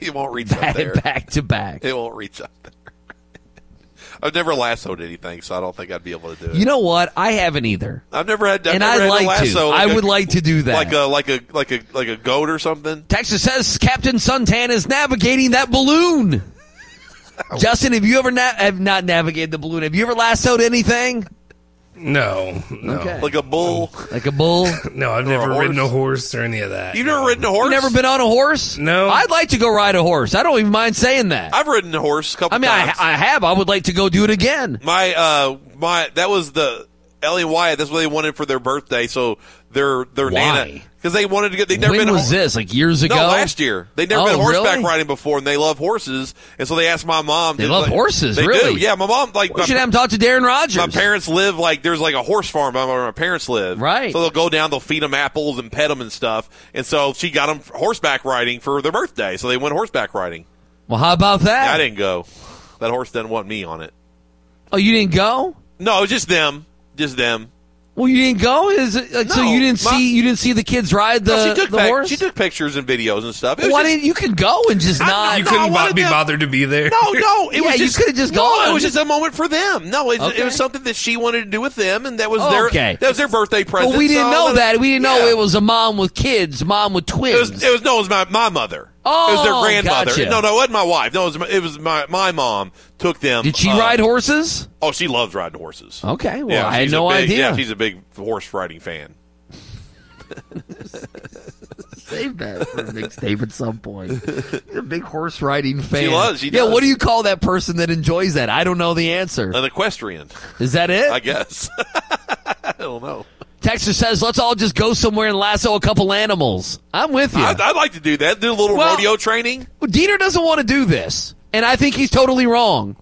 Speaker 3: It won't reach up there.
Speaker 2: back to back.
Speaker 3: It won't reach up there. I've never lassoed anything, so I don't think I'd be able to do it.
Speaker 2: You know what? I haven't either.
Speaker 3: I've never had. I've
Speaker 2: and
Speaker 3: never
Speaker 2: I'd
Speaker 3: had a
Speaker 2: like to.
Speaker 3: lasso.
Speaker 2: I
Speaker 3: a-
Speaker 2: would like to do that.
Speaker 3: Like a like a like a like a goat or something.
Speaker 2: Texas says Captain Suntan is navigating that balloon. Justin, have you ever na- have not navigated the balloon? Have you ever lassoed anything?
Speaker 4: No, no,
Speaker 2: Okay.
Speaker 3: Like a bull.
Speaker 2: Like a bull? You've
Speaker 4: no. I've
Speaker 3: a
Speaker 4: never
Speaker 3: horse?
Speaker 4: ridden a horse or any of that.
Speaker 3: You've never ridden a horse.
Speaker 2: never been on a horse?
Speaker 4: No.
Speaker 2: I'd like to go ride a horse. I don't even mind saying that. I,
Speaker 3: I've ridden a horse a couple.
Speaker 2: mean, I,
Speaker 3: times.
Speaker 2: I have. I would like to go do it again.
Speaker 3: My uh my that was the Ellie and Wyatt. That's what they wanted for their birthday. So their their
Speaker 2: Why?
Speaker 3: nana because they wanted to get. They'd never
Speaker 2: when
Speaker 3: been
Speaker 2: was
Speaker 3: a,
Speaker 2: this? Like years ago?
Speaker 3: No, last year they'd never
Speaker 2: Oh,
Speaker 3: been horseback
Speaker 2: really?
Speaker 3: riding before, and they love horses. And so they asked my mom.
Speaker 2: They
Speaker 3: did,
Speaker 2: love
Speaker 3: like-
Speaker 2: horses,
Speaker 3: They do.
Speaker 2: really?
Speaker 3: Yeah, my mom like
Speaker 2: We
Speaker 3: my,
Speaker 2: should have him talk to Darren Rogers.
Speaker 3: my parents live like there's like a horse farm by where my parents live.
Speaker 2: Right.
Speaker 3: So they'll go down, they'll feed them apples and pet them and stuff. And so she got them horseback riding for their birthday. So they went horseback riding.
Speaker 2: Well, how about that?
Speaker 3: I didn't go. That horse doesn't want me on it.
Speaker 2: Oh, you didn't go?
Speaker 3: No, it was just them. Just them.
Speaker 2: Well, you didn't go. Is it, like, so
Speaker 3: No,
Speaker 2: you didn't
Speaker 3: my-
Speaker 2: see you didn't see the kids ride the,
Speaker 3: No, she took
Speaker 2: the
Speaker 3: pic-
Speaker 2: horse.
Speaker 3: She took pictures and videos and stuff. It was
Speaker 2: Why
Speaker 3: just-
Speaker 2: didn't you could go and just not?
Speaker 4: you
Speaker 3: No, I
Speaker 4: couldn't bo-
Speaker 3: wanted
Speaker 4: be
Speaker 3: to-
Speaker 4: bothered to be there.
Speaker 3: No, no. It
Speaker 2: Yeah,
Speaker 3: was
Speaker 2: you
Speaker 3: just,
Speaker 2: coulda just
Speaker 3: no,
Speaker 2: gone.
Speaker 3: It was just a moment for them. No, it,
Speaker 2: Okay.
Speaker 3: it was something that she wanted to do with them, and that was
Speaker 2: Okay.
Speaker 3: their that was their birthday present.
Speaker 2: well, we didn't
Speaker 3: so
Speaker 2: know that. We didn't know
Speaker 3: yeah.
Speaker 2: it was a mom with kids, mom with
Speaker 3: It
Speaker 2: twins.
Speaker 3: was, it was no, it was my, my mother. it was
Speaker 2: Oh,
Speaker 3: their grandmother.
Speaker 2: gotcha.
Speaker 3: No, no, it wasn't my wife. No, it was my, it was my, my mom took them.
Speaker 2: Did she
Speaker 3: uh,
Speaker 2: ride horses?
Speaker 3: Oh, she loves riding horses.
Speaker 2: Okay, well,
Speaker 3: yeah,
Speaker 2: I had
Speaker 3: she's a
Speaker 2: no
Speaker 3: big-
Speaker 2: idea.
Speaker 3: Yeah, she's a big horse riding fan.
Speaker 2: Save that for a mixtape at some point. You're a big horse riding fan.
Speaker 3: loves, she
Speaker 2: yeah,
Speaker 3: does.
Speaker 2: what do you call that person that enjoys that? I don't know the answer.
Speaker 3: An equestrian,
Speaker 2: Is that it?
Speaker 3: I guess. I don't know.
Speaker 2: Texas says, let's all just go somewhere and lasso a couple animals. I'm with you.
Speaker 3: I'd, I'd like to do that. Do a little
Speaker 2: Well-
Speaker 3: rodeo training.
Speaker 2: Well, Dieter doesn't want to do this, and I think he's totally wrong.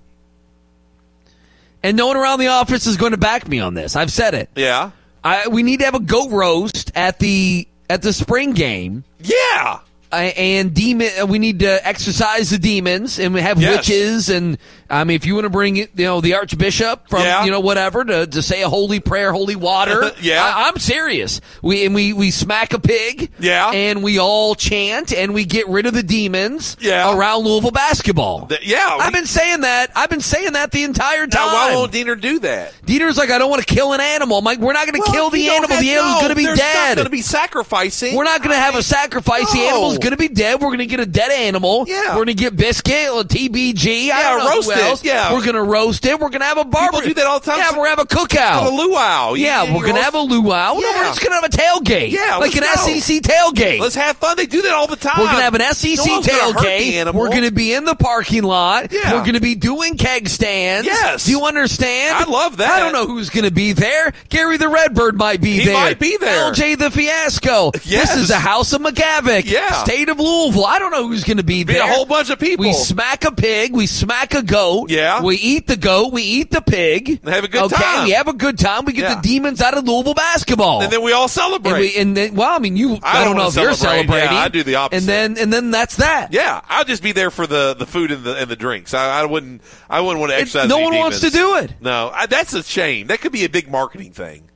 Speaker 2: And no one around the office is going to back me on this. I've said it.
Speaker 3: Yeah.
Speaker 2: I, we need to have a goat roast at the at the spring game,
Speaker 3: Yeah.
Speaker 2: uh, and demon. uh, We need to exercise the demons, and we have
Speaker 3: Yes.
Speaker 2: witches. And I mean, if you want to bring you know the archbishop from
Speaker 3: Yeah.
Speaker 2: you know whatever to, to say a holy prayer, holy water.
Speaker 3: Yeah.
Speaker 2: I, I'm serious. We and we we smack a pig.
Speaker 3: Yeah.
Speaker 2: and we all chant and we get rid of the demons.
Speaker 3: Yeah.
Speaker 2: around Louisville basketball.
Speaker 3: Th- yeah.
Speaker 2: I've been saying that. I've been saying that the entire time.
Speaker 3: Now, why won't Diener do that?
Speaker 2: Dieter's like, I don't want to kill an animal. I'm like, we're not going to kill the animal. The animal's going to be
Speaker 3: Not
Speaker 2: dead.
Speaker 3: going to be sacrificing.
Speaker 2: we're not going to have a sacrifice. The
Speaker 3: No.
Speaker 2: animal's going to be dead. We're going to get a dead animal.
Speaker 3: Yeah.
Speaker 2: We're going to get biscuit or TBG. I
Speaker 3: Yeah,
Speaker 2: don't know who
Speaker 3: roast it.
Speaker 2: else.
Speaker 3: Yeah.
Speaker 2: We're going to roast it. We're going to have a barbecue.
Speaker 3: do that all the time.
Speaker 2: Yeah, we're going to have a cookout.
Speaker 3: Have a luau. You-
Speaker 2: yeah,
Speaker 3: you
Speaker 2: we're going to
Speaker 3: roast-
Speaker 2: have a luau. No,
Speaker 3: Yeah.
Speaker 2: we're just going to have a tailgate.
Speaker 3: Yeah,
Speaker 2: like an
Speaker 3: let's go.
Speaker 2: SEC tailgate.
Speaker 3: Let's have fun. They do that all Ah, the time.
Speaker 2: We're gonna have an SEC
Speaker 3: No one's gonna hurt the
Speaker 2: tailgate.
Speaker 3: animal.
Speaker 2: We're gonna be in the parking lot.
Speaker 3: Yeah.
Speaker 2: We're gonna be doing keg stands.
Speaker 3: Yes.
Speaker 2: Do you understand?
Speaker 3: I love that.
Speaker 2: I don't know who's gonna be there. Gary the Redbird might be
Speaker 3: He
Speaker 2: there.
Speaker 3: might be there.
Speaker 2: LJ the Fiasco.
Speaker 3: Yes.
Speaker 2: This is the House of McGavick.
Speaker 3: Yeah.
Speaker 2: State of Louisville. I don't know who's gonna be
Speaker 3: be
Speaker 2: there.
Speaker 3: a whole bunch of people.
Speaker 2: We smack a pig. We smack a goat.
Speaker 3: Yeah.
Speaker 2: We eat the goat. We eat the pig.
Speaker 3: And have a good
Speaker 2: okay,
Speaker 3: time.
Speaker 2: We have a good time. We get
Speaker 3: Yeah.
Speaker 2: the demons out of Louisville basketball.
Speaker 3: and then we all celebrate.
Speaker 2: And, we, and then, well, I mean, you. I,
Speaker 3: I
Speaker 2: don't
Speaker 3: don't
Speaker 2: know if
Speaker 3: wanna
Speaker 2: you're
Speaker 3: celebrate.
Speaker 2: celebrating.
Speaker 3: Yeah, I do the opposite.
Speaker 2: And then, and then that's that.
Speaker 3: yeah, I'll just be there for the, the food and the and the drinks. I, I wouldn't I wouldn't want to exercise.
Speaker 2: no
Speaker 3: any
Speaker 2: one wants
Speaker 3: demons.
Speaker 2: to do it.
Speaker 3: No, I, that's a shame. That could be a big marketing thing.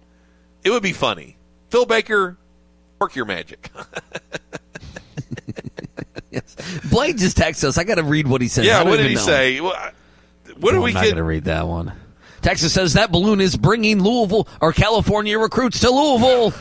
Speaker 3: It would be funny. Phil Baker, work your magic.
Speaker 2: Blake just texted us. I got to read what he said.
Speaker 3: yeah,
Speaker 2: I don't
Speaker 3: what
Speaker 2: even
Speaker 3: did he
Speaker 2: know.
Speaker 3: say? Well, I- What
Speaker 2: No,
Speaker 3: do we
Speaker 2: I'm not
Speaker 3: get?
Speaker 2: gonna read that one. Texas says that balloon is bringing Louisville or California recruits to Louisville.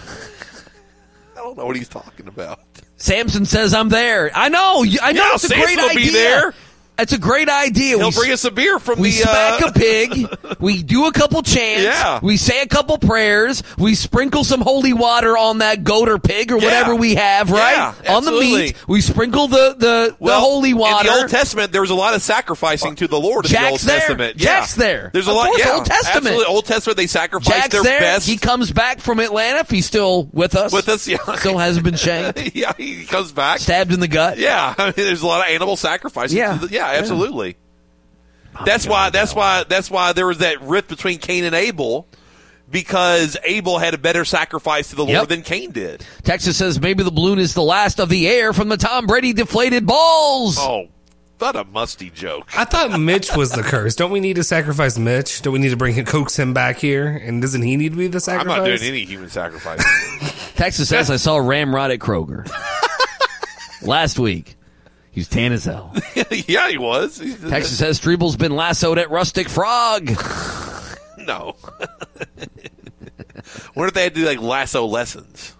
Speaker 3: I don't know what he's talking about.
Speaker 2: Samson says I'm there. I know. you- I know.
Speaker 3: Yeah,
Speaker 2: it's a
Speaker 3: Samson
Speaker 2: great
Speaker 3: will
Speaker 2: idea.
Speaker 3: be there.
Speaker 2: It's a great idea.
Speaker 3: He'll
Speaker 2: We-
Speaker 3: bring us a beer from
Speaker 2: we
Speaker 3: the.
Speaker 2: smack
Speaker 3: uh,
Speaker 2: a pig. We do a couple chants.
Speaker 3: Yeah.
Speaker 2: We say a couple prayers. We sprinkle some holy water on that goat or pig or
Speaker 3: Yeah.
Speaker 2: whatever we have, right?
Speaker 3: Yeah,
Speaker 2: on the meat.
Speaker 3: absolutely.
Speaker 2: We sprinkle the, the,
Speaker 3: well,
Speaker 2: the holy water.
Speaker 3: In the Old Testament, there was a lot of sacrificing to the Lord in the
Speaker 2: Jack's
Speaker 3: Old
Speaker 2: there.
Speaker 3: Testament.
Speaker 2: Jack's there.
Speaker 3: There's a
Speaker 2: Of
Speaker 3: lot.
Speaker 2: course,
Speaker 3: yeah,
Speaker 2: Old Testament.
Speaker 3: Absolutely. Old Testament, they sacrificed
Speaker 2: Jack's
Speaker 3: their
Speaker 2: there.
Speaker 3: best.
Speaker 2: He comes back from Atlanta if he's still with us.
Speaker 3: With us, yeah.
Speaker 2: Still hasn't been shanked.
Speaker 3: yeah, he comes back.
Speaker 2: Stabbed in the gut.
Speaker 3: Yeah, I mean, there's a lot of animal sacrifices.
Speaker 2: Yeah.
Speaker 3: Yeah, yeah, absolutely. That's why. That's why. That's why there was that rift between Cain and Abel, because Abel had a better sacrifice to the
Speaker 2: Yep.
Speaker 3: Lord than Cain did.
Speaker 2: Texas says maybe the balloon is the last of the air from the Tom Brady deflated balls.
Speaker 3: Oh, what a musty joke!
Speaker 4: I thought Mitch was the curse. Don't we need to sacrifice Mitch? Don't we need to bring him, coax him back here? And doesn't he need to be the
Speaker 3: I'm
Speaker 4: sacrifice?
Speaker 3: not doing any human sacrifice.
Speaker 2: Texas says I saw Ramrod at Kroger last week. He's tan as hell.
Speaker 3: yeah, he was. He's-
Speaker 2: Texas says Streeble's been lassoed at Rustic Frog.
Speaker 3: No. what if they had to do like lasso lessons?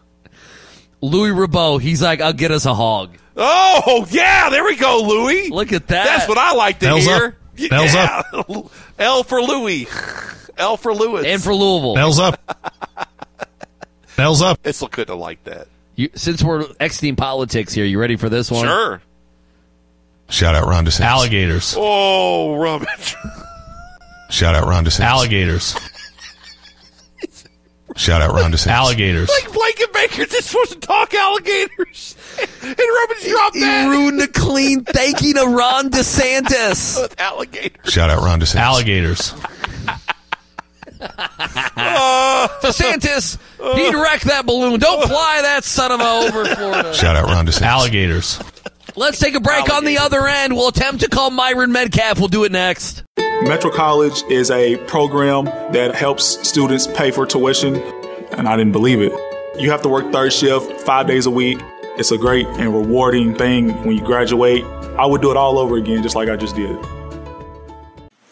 Speaker 2: Louis Ribot, he's like, I'll get us a hog.
Speaker 3: Oh yeah, there we go, Louie.
Speaker 2: Look at that.
Speaker 3: That's what I like to
Speaker 5: Bells
Speaker 3: hear.
Speaker 5: up. Bells
Speaker 3: yeah. up. L for Louie. L for Lewis.
Speaker 2: And for Louisville,
Speaker 5: Bells up. Bells up.
Speaker 3: Issel couldn't have liked that.
Speaker 2: you, since we're exiting politics here, you ready for this one?
Speaker 3: Sure.
Speaker 6: Shout out Ron DeSantis.
Speaker 5: Alligators.
Speaker 3: Oh, rummage.
Speaker 6: Shout out Ron DeSantis.
Speaker 5: Alligators.
Speaker 6: Shout out Ron DeSantis.
Speaker 5: Alligators.
Speaker 3: like Blanket Baker just wants to talk alligators. and rummage dropped
Speaker 2: He
Speaker 3: that
Speaker 2: ruined the clean thanking of Ron DeSantis.
Speaker 3: with alligators.
Speaker 6: Shout out Ron DeSantis.
Speaker 5: Alligators.
Speaker 2: DeSantis, he'd wreck that balloon. Don't fly that son of a over Florida.
Speaker 6: Shout out Ron DeSantis.
Speaker 5: Alligators.
Speaker 2: Let's take a break on the other end. We'll attempt to call Myron Medcalf. We'll do it next.
Speaker 7: Metro College is a program that helps students pay for tuition, and I didn't believe it. You have to work third shift five days a week. It's a great and rewarding thing when you graduate. I would do it all over again, just like I just did.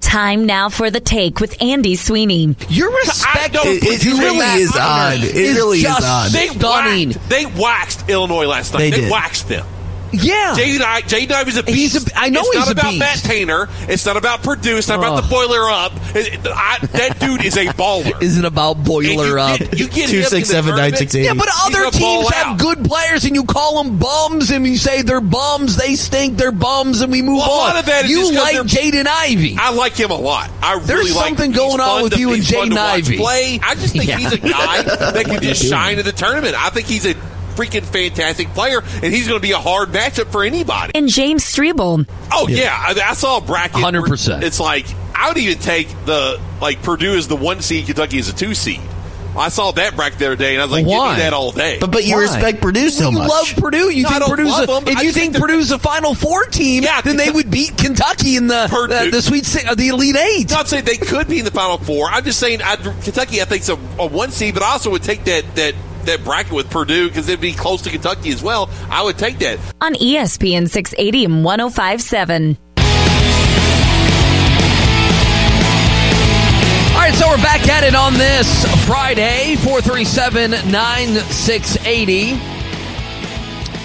Speaker 1: Time now for the take with Andy Sweeney.
Speaker 2: Your respect
Speaker 3: don't
Speaker 2: it,
Speaker 3: believe
Speaker 2: really
Speaker 3: that
Speaker 2: is
Speaker 3: honor
Speaker 2: odd. It really is odd. Stunning.
Speaker 3: Whacked, they waxed Illinois last night.
Speaker 8: They
Speaker 3: They,
Speaker 8: did.
Speaker 3: waxed them.
Speaker 2: Yeah.
Speaker 3: Jay Knight, Jay Knight is a beast.
Speaker 2: He's a- I know
Speaker 3: it's
Speaker 2: he's
Speaker 3: not
Speaker 2: a
Speaker 3: about
Speaker 2: beast.
Speaker 3: Matt Tainer. It's not about Purdue. It's not about the boiler up. It- it- I- that dude is a baller.
Speaker 2: Isn't about
Speaker 3: And you
Speaker 2: boiler up.
Speaker 3: get- you get him in the tournament,
Speaker 2: Yeah, but other
Speaker 3: gonna ball
Speaker 2: teams have
Speaker 3: out.
Speaker 2: good players, and you call them bums, and you say they're bums, they stink, they're bums, and we move
Speaker 3: Well, a
Speaker 2: on.
Speaker 3: lot of that is
Speaker 2: you
Speaker 3: just 'cause
Speaker 2: like Jaden Ivy.
Speaker 3: I like him a lot. I really
Speaker 2: There's
Speaker 3: like him.
Speaker 2: something
Speaker 3: He's
Speaker 2: going on
Speaker 3: fun
Speaker 2: with
Speaker 3: to-
Speaker 2: you and
Speaker 3: he's fun
Speaker 2: Jaden
Speaker 3: to watch
Speaker 2: Ivy.
Speaker 3: Play. I just think
Speaker 2: Yeah.
Speaker 3: he's a guy that can just shine in the tournament. I think he's a freaking fantastic player, and he's going to be a hard matchup for anybody.
Speaker 1: And James Strebel.
Speaker 3: Oh yeah, I, I saw a bracket. where
Speaker 2: 100%.
Speaker 3: It's like I would even take the like Purdue is the one seed, Kentucky is a two seed. I saw that bracket the other day, and I was like,
Speaker 2: Why?
Speaker 3: give me that all day.
Speaker 8: But but you
Speaker 2: Why?
Speaker 8: respect Purdue so
Speaker 2: you
Speaker 8: much.
Speaker 2: love Purdue. You
Speaker 3: No, I
Speaker 2: think
Speaker 3: don't
Speaker 2: Purdue's
Speaker 3: love
Speaker 2: a,
Speaker 3: 'em.
Speaker 2: if
Speaker 3: I
Speaker 2: you
Speaker 3: just
Speaker 2: think
Speaker 3: think
Speaker 2: Purdue's a Final Four team,
Speaker 3: Yeah,
Speaker 2: then they
Speaker 3: Kentucky-
Speaker 2: would beat Kentucky in the uh,
Speaker 3: Purdue.
Speaker 2: the Sweet Six, uh, the Elite Eight.
Speaker 3: not saying they could be in the final four. I'm just saying i Kentucky, I think, is a, a one seed, but I also would take that that that bracket with Purdue because it'd be close to Kentucky as well. I would take that.
Speaker 1: on E ESPN 680 and 1057.
Speaker 2: All right, so we're back at it on this Friday, 437-9680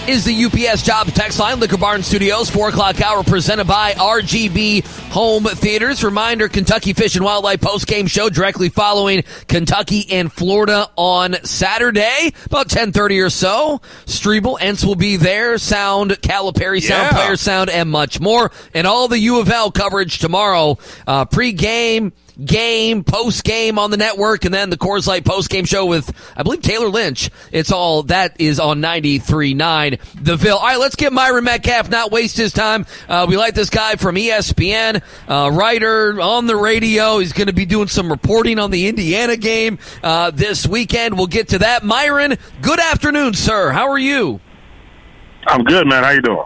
Speaker 2: is the UPS job text line, Liquor Barn Studios, 4 o'clock hour, presented by RGB Home Theaters. Reminder, Kentucky Fish and Wildlife post-game show directly following Kentucky and Florida on Saturday, about 1030 or so. Strebel, Ents will be there, sound, Calipari sound,
Speaker 3: Yeah.
Speaker 2: player sound, and much more. And all the U of L coverage tomorrow, uh, pre-game, game, post game on the network, and then the Coors Light post game show with, I believe, Taylor Lynch. It's all that is on 93.9 The Ville. All right, let's get Myron Metcalf, not waste his time. Uh, we like this guy from ESPN, uh, writer on the radio. He's going to be doing some reporting on the Indiana game uh, this weekend. We'll get to that. Myron, good afternoon, sir. How are you?
Speaker 9: I'm good, man. How you doing?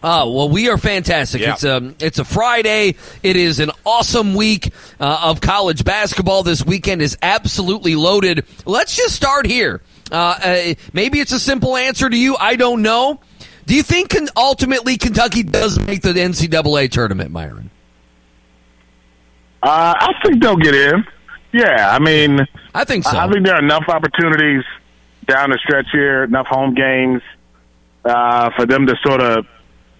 Speaker 2: Oh well, we are fantastic.
Speaker 9: Yeah.
Speaker 2: It's a it's a Friday. It is an awesome week uh, of college basketball. This weekend is absolutely loaded. Let's just start here. Uh, uh, maybe it's a simple answer to you. I don't know. Do you think can, ultimately Kentucky does make the NCAA tournament, Myron?
Speaker 9: Uh, I think they'll get in. Yeah, I mean,
Speaker 2: I think so.
Speaker 9: I think there are enough opportunities down the stretch here, enough home games uh, for them to sort of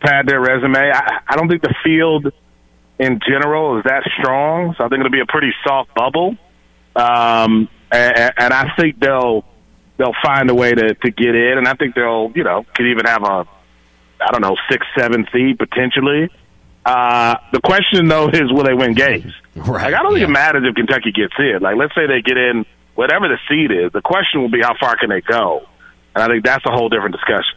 Speaker 9: pad their resume. I, I don't think the field in general is that strong, so I think it'll be a pretty soft bubble. Um, and, and I think they'll they'll find a way to, to get in, and I think they'll you know could even have a I don't know six seven seed potentially. Uh, the question though is will they win games? Right. Like I don't think it matters if Kentucky gets in. Like let's say they get in whatever the seed is. The question will be how far can they go, and I think that's a whole different discussion.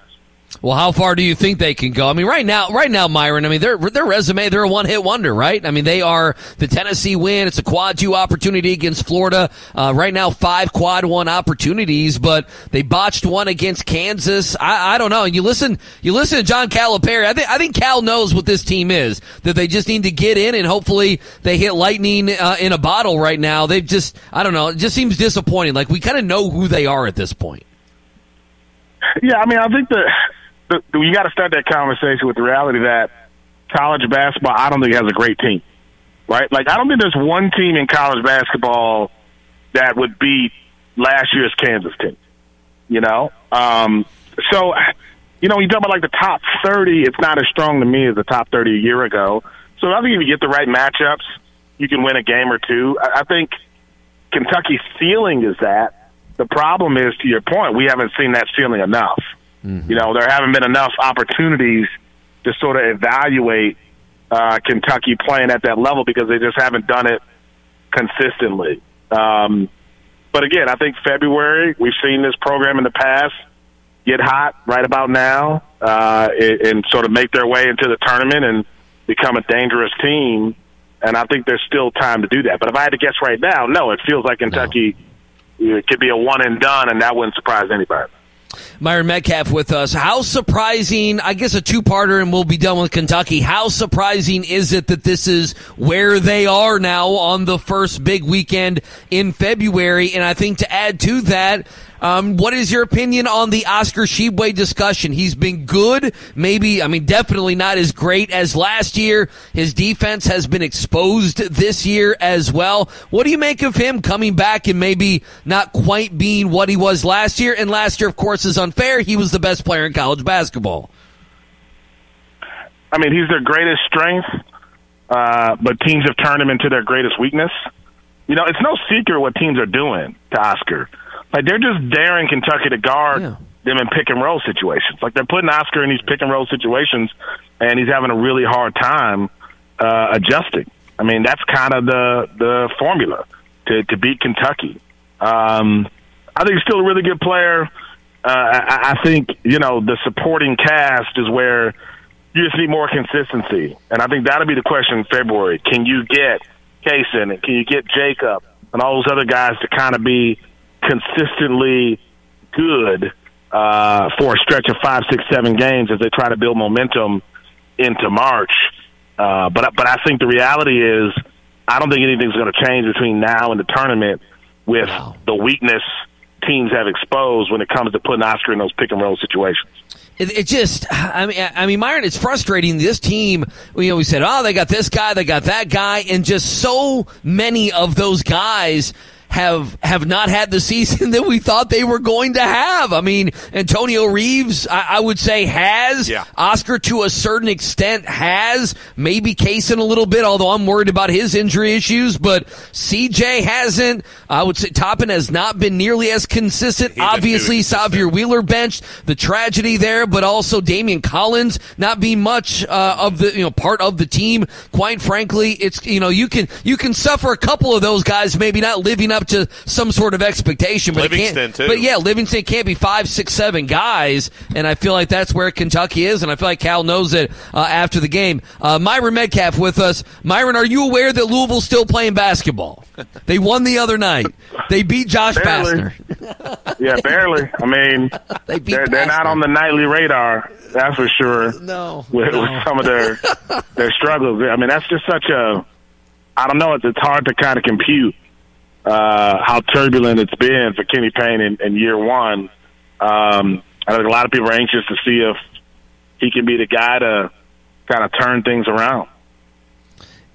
Speaker 2: Well, how far do you think they can go? I mean, right now, right now, Myron. I mean, their their resume, they're a one hit wonder, right? I mean, they are the Tennessee win. It's a quad two opportunity against Florida. Uh, right now, five quad one opportunities, but they botched one against Kansas. I, I don't know. You listen, you listen to John Calipari. I think I think Cal knows what this team is. That they just need to get in and hopefully they hit lightning uh, in a bottle. Right now, they've just I don't know. It just seems disappointing. Like we kind of know who they are at this point.
Speaker 9: Yeah, I mean, I think the, the, the you got to start that conversation with the reality that college basketball, I don't think has a great team, right? Like, I don't think there's one team in college basketball that would beat last year's Kansas team. You know, um, so you know, when you talk about like the top thirty, it's not as strong to me as the top thirty a year ago. So I think if you get the right matchups, you can win a game or two. I, I think Kentucky's ceiling is that. The problem is, to your point, we haven't seen that ceiling enough. You know, there haven't been enough opportunities to sort of evaluate uh, Kentucky playing at that level because they just haven't done it consistently. Um, but again, I think February, we've seen this program in the past get hot right about now uh, and, and sort of make their way into the tournament and become a dangerous team. And I think there's still time to do that. But if I had to guess right now, no, it feels like Kentucky you know, it could be a one and done, and that wouldn't surprise anybody.
Speaker 2: Myron Metcalf with us. How surprising, I guess a two-parter and we'll be done with Kentucky. How surprising is it that this is where they are now on the first big weekend in February? And I think to add to that, um, what is your opinion on the Oscar Shebway discussion? He's been good, maybe, I mean, definitely not as great as last year. His defense has been exposed this year as well. What do you make of him coming back and maybe not quite being what he was last year? And last year, of course, is unfair. He was the best player in college basketball.
Speaker 9: I mean, he's their greatest strength, uh, but teams have turned him into their greatest weakness. You know, it's no secret what teams are doing to Oscar. Like they're just daring Kentucky to guard them in pick and roll situations. Like they're putting Oscar in these pick and roll situations, and he's having a really hard time uh, adjusting. I mean, that's kind of the the formula to to beat Kentucky. Um, I think he's still a really good player. Uh, I, I think you know the supporting cast is where you just need more consistency. And I think that'll be the question in February. Can you get Kaysen and can you get Jacob and all those other guys to kind of be consistently good uh, for a stretch of five, six, seven games as they try to build momentum into March? Uh, but but I think the reality is I don't think anything's going to change between now and the tournament with the weakness teams have exposed when it comes to putting Oscar in those pick and roll situations.
Speaker 2: It, it just, I mean, I mean, Myron, it's frustrating. This team, we always said, oh, they got this guy, they got that guy, and just so many of those guys have have not had the season that we thought they were going to have. I mean, Antonio Reeves, I, I would say has. Oscar to a certain extent has. Maybe Kaysen a little bit, although I'm worried about his injury issues. But CJ hasn't. I would say Toppin has not been nearly as consistent. Obviously, Xavier Wheeler benched. The tragedy there, but also Damian Collins not being much uh, of the you know part of the team. Quite frankly, it's you know you can you can suffer a couple of those guys maybe not living up to some sort of expectation. But it can't-
Speaker 3: Livingston, too.
Speaker 2: But yeah, Livingston can't be five, six, seven guys, and I feel like that's where Kentucky is, and I feel like Cal knows it uh, after the game. Uh, Myron Metcalf with us. Myron, are you aware that Louisville's still playing basketball? They won the other night. They beat Josh
Speaker 9: Barely.
Speaker 2: Pastner.
Speaker 9: Yeah, barely. I mean, they
Speaker 2: beat
Speaker 9: are they're not
Speaker 2: Boston.
Speaker 9: on the nightly radar. That's for sure.
Speaker 2: No,
Speaker 9: with,
Speaker 2: no.
Speaker 9: with some of their their struggles. I mean, that's just such a. I don't know. It's it's hard to kind of compute uh, how turbulent it's been for Kenny Payne in, in year one. Um, I think a lot of people are anxious to see if he can be the guy to kind of turn things around.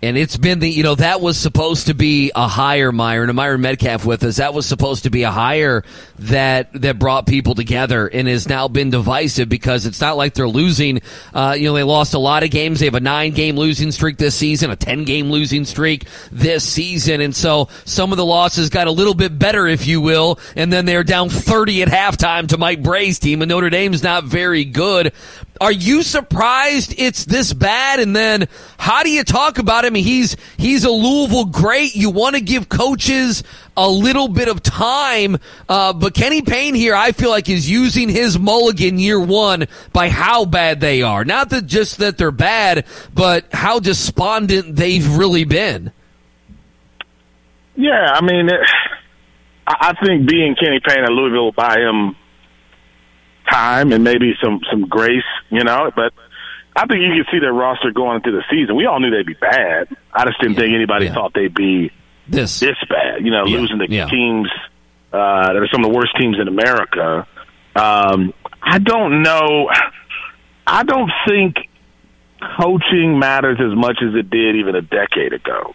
Speaker 2: And it's been the, you know, that was supposed to be a hire, Myron, and Myron Metcalf with us. That was supposed to be a hire that, that brought people together and has now been divisive because it's not like they're losing. Uh, you know, they lost a lot of games. They have a nine game losing streak this season, a 10 game losing streak this season. And so some of the losses got a little bit better, if you will. And then they're down 30 at halftime to Mike Bray's team and Notre Dame's not very good. Are you surprised it's this bad? And then how do you talk about him? He's he's a Louisville great. You want to give coaches a little bit of time, uh, but Kenny Payne here, I feel like is using his mulligan year one by how bad they are. Not that just that they're bad, but how despondent they've really been.
Speaker 9: Yeah, I mean, it, I I think being Kenny Payne at Louisville will buy him time and maybe some some grace, you know. But I think you can see their roster going into the season. We all knew they'd be bad. I just didn't think anybody thought they'd be
Speaker 2: this
Speaker 9: this bad. You know,
Speaker 10: Yeah,
Speaker 9: losing the
Speaker 10: yeah.
Speaker 9: teams uh, that are some of the worst teams in America. Um, I don't know. I don't think coaching matters as much as it did even a decade ago,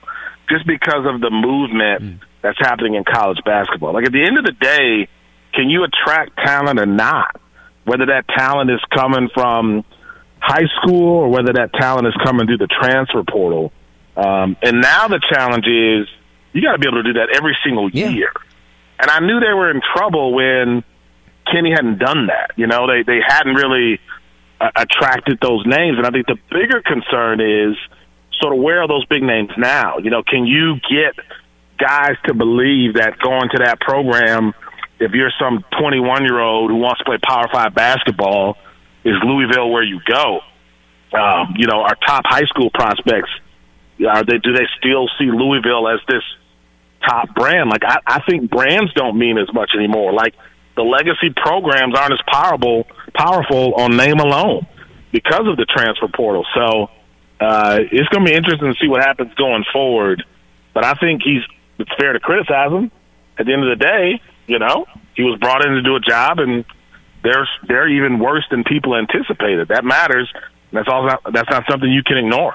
Speaker 9: just because of the movement that's happening in college basketball. Like at the end of the day, can you attract talent or not? Whether that talent is coming from high school or whether that talent is coming through the transfer portal. Um, and now the challenge is you got to be able to do that every single year. And I knew they were in trouble when Kenny hadn't done that. You know, they they hadn't really uh, attracted those names. And I think the bigger concern is sort of where are those big names now? You know, can you get guys to believe that going to that program, if you're some 21 year old who wants to play Power Five basketball, is Louisville where you go? Um, you know, our top high school prospects are they? Do they still see Louisville as this top brand? Like I, I think brands don't mean as much anymore. Like the legacy programs aren't as powerful powerful on name alone because of the transfer portal. So uh, it's going to be interesting to see what happens going forward. But I think he's it's fair to criticize him. At the end of the day, you know, he was brought in to do a job, and they're they're even worse than people anticipated. That matters. That's all. That's not something you can ignore.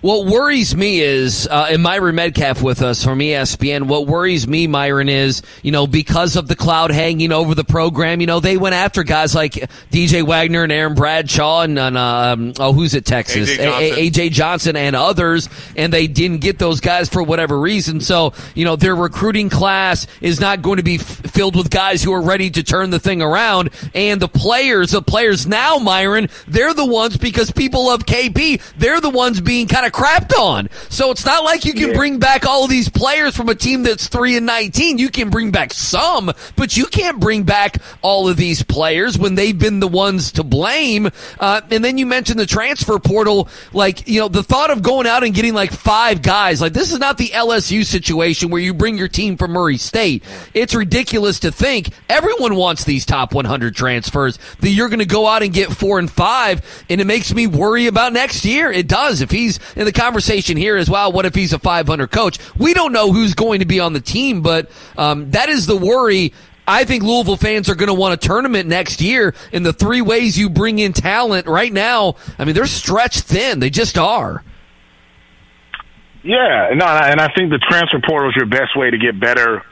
Speaker 2: What worries me is, uh, and Myron Medcalf with us from E ESPN, what worries me, Myron, is, you know, because of the cloud hanging over the program, you know, they went after guys like DJ Wagner and Aaron Bradshaw and, and um, oh, who's at Texas?
Speaker 11: AJ Johnson.
Speaker 2: AJ Johnson and others, and they didn't get those guys for whatever reason. So, you know, their recruiting class is not going to be f- filled with guys who are ready to turn the thing around. And the players, the players now, Myron, they're the ones because people love KP. They're the ones being kind of crapped on. So it's not like you can bring back all of these players from a team that's three and nineteen. You can bring back some, but you can't bring back all of these players when they've been the ones to blame. Uh, and then you mentioned the transfer portal. Like, you know, the thought of going out and getting like five guys, like this is not the LSU situation where you bring your team from Murray State. It's ridiculous to think everyone wants these top 100 transfers that you're going to go out and get four and five. And it makes me worry about next year. It does. If he's in the conversation here as well, what if he's a 500 coach? We don't know who's going to be on the team, but, um, that is the worry. I think Louisville fans are going to want a tournament next year. In the three ways you bring in talent right now, I mean, they're stretched thin. They just are.
Speaker 9: Yeah, no, and I and I think the transfer portal is your best way to get better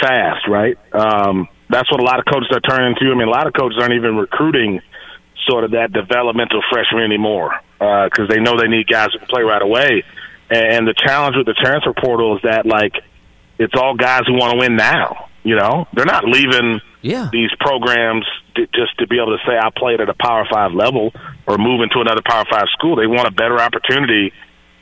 Speaker 9: fast, right? Um, that's what a lot of coaches are turning to. I mean, a lot of coaches aren't even recruiting sort of that developmental freshman anymore because they know they need guys who can play right away. And the challenge with the transfer portal is that like it's all guys who want to win now. You know, they're not leaving these programs to, just to be able to say I played at a Power Five level or moving to another Power Five school. They want a better opportunity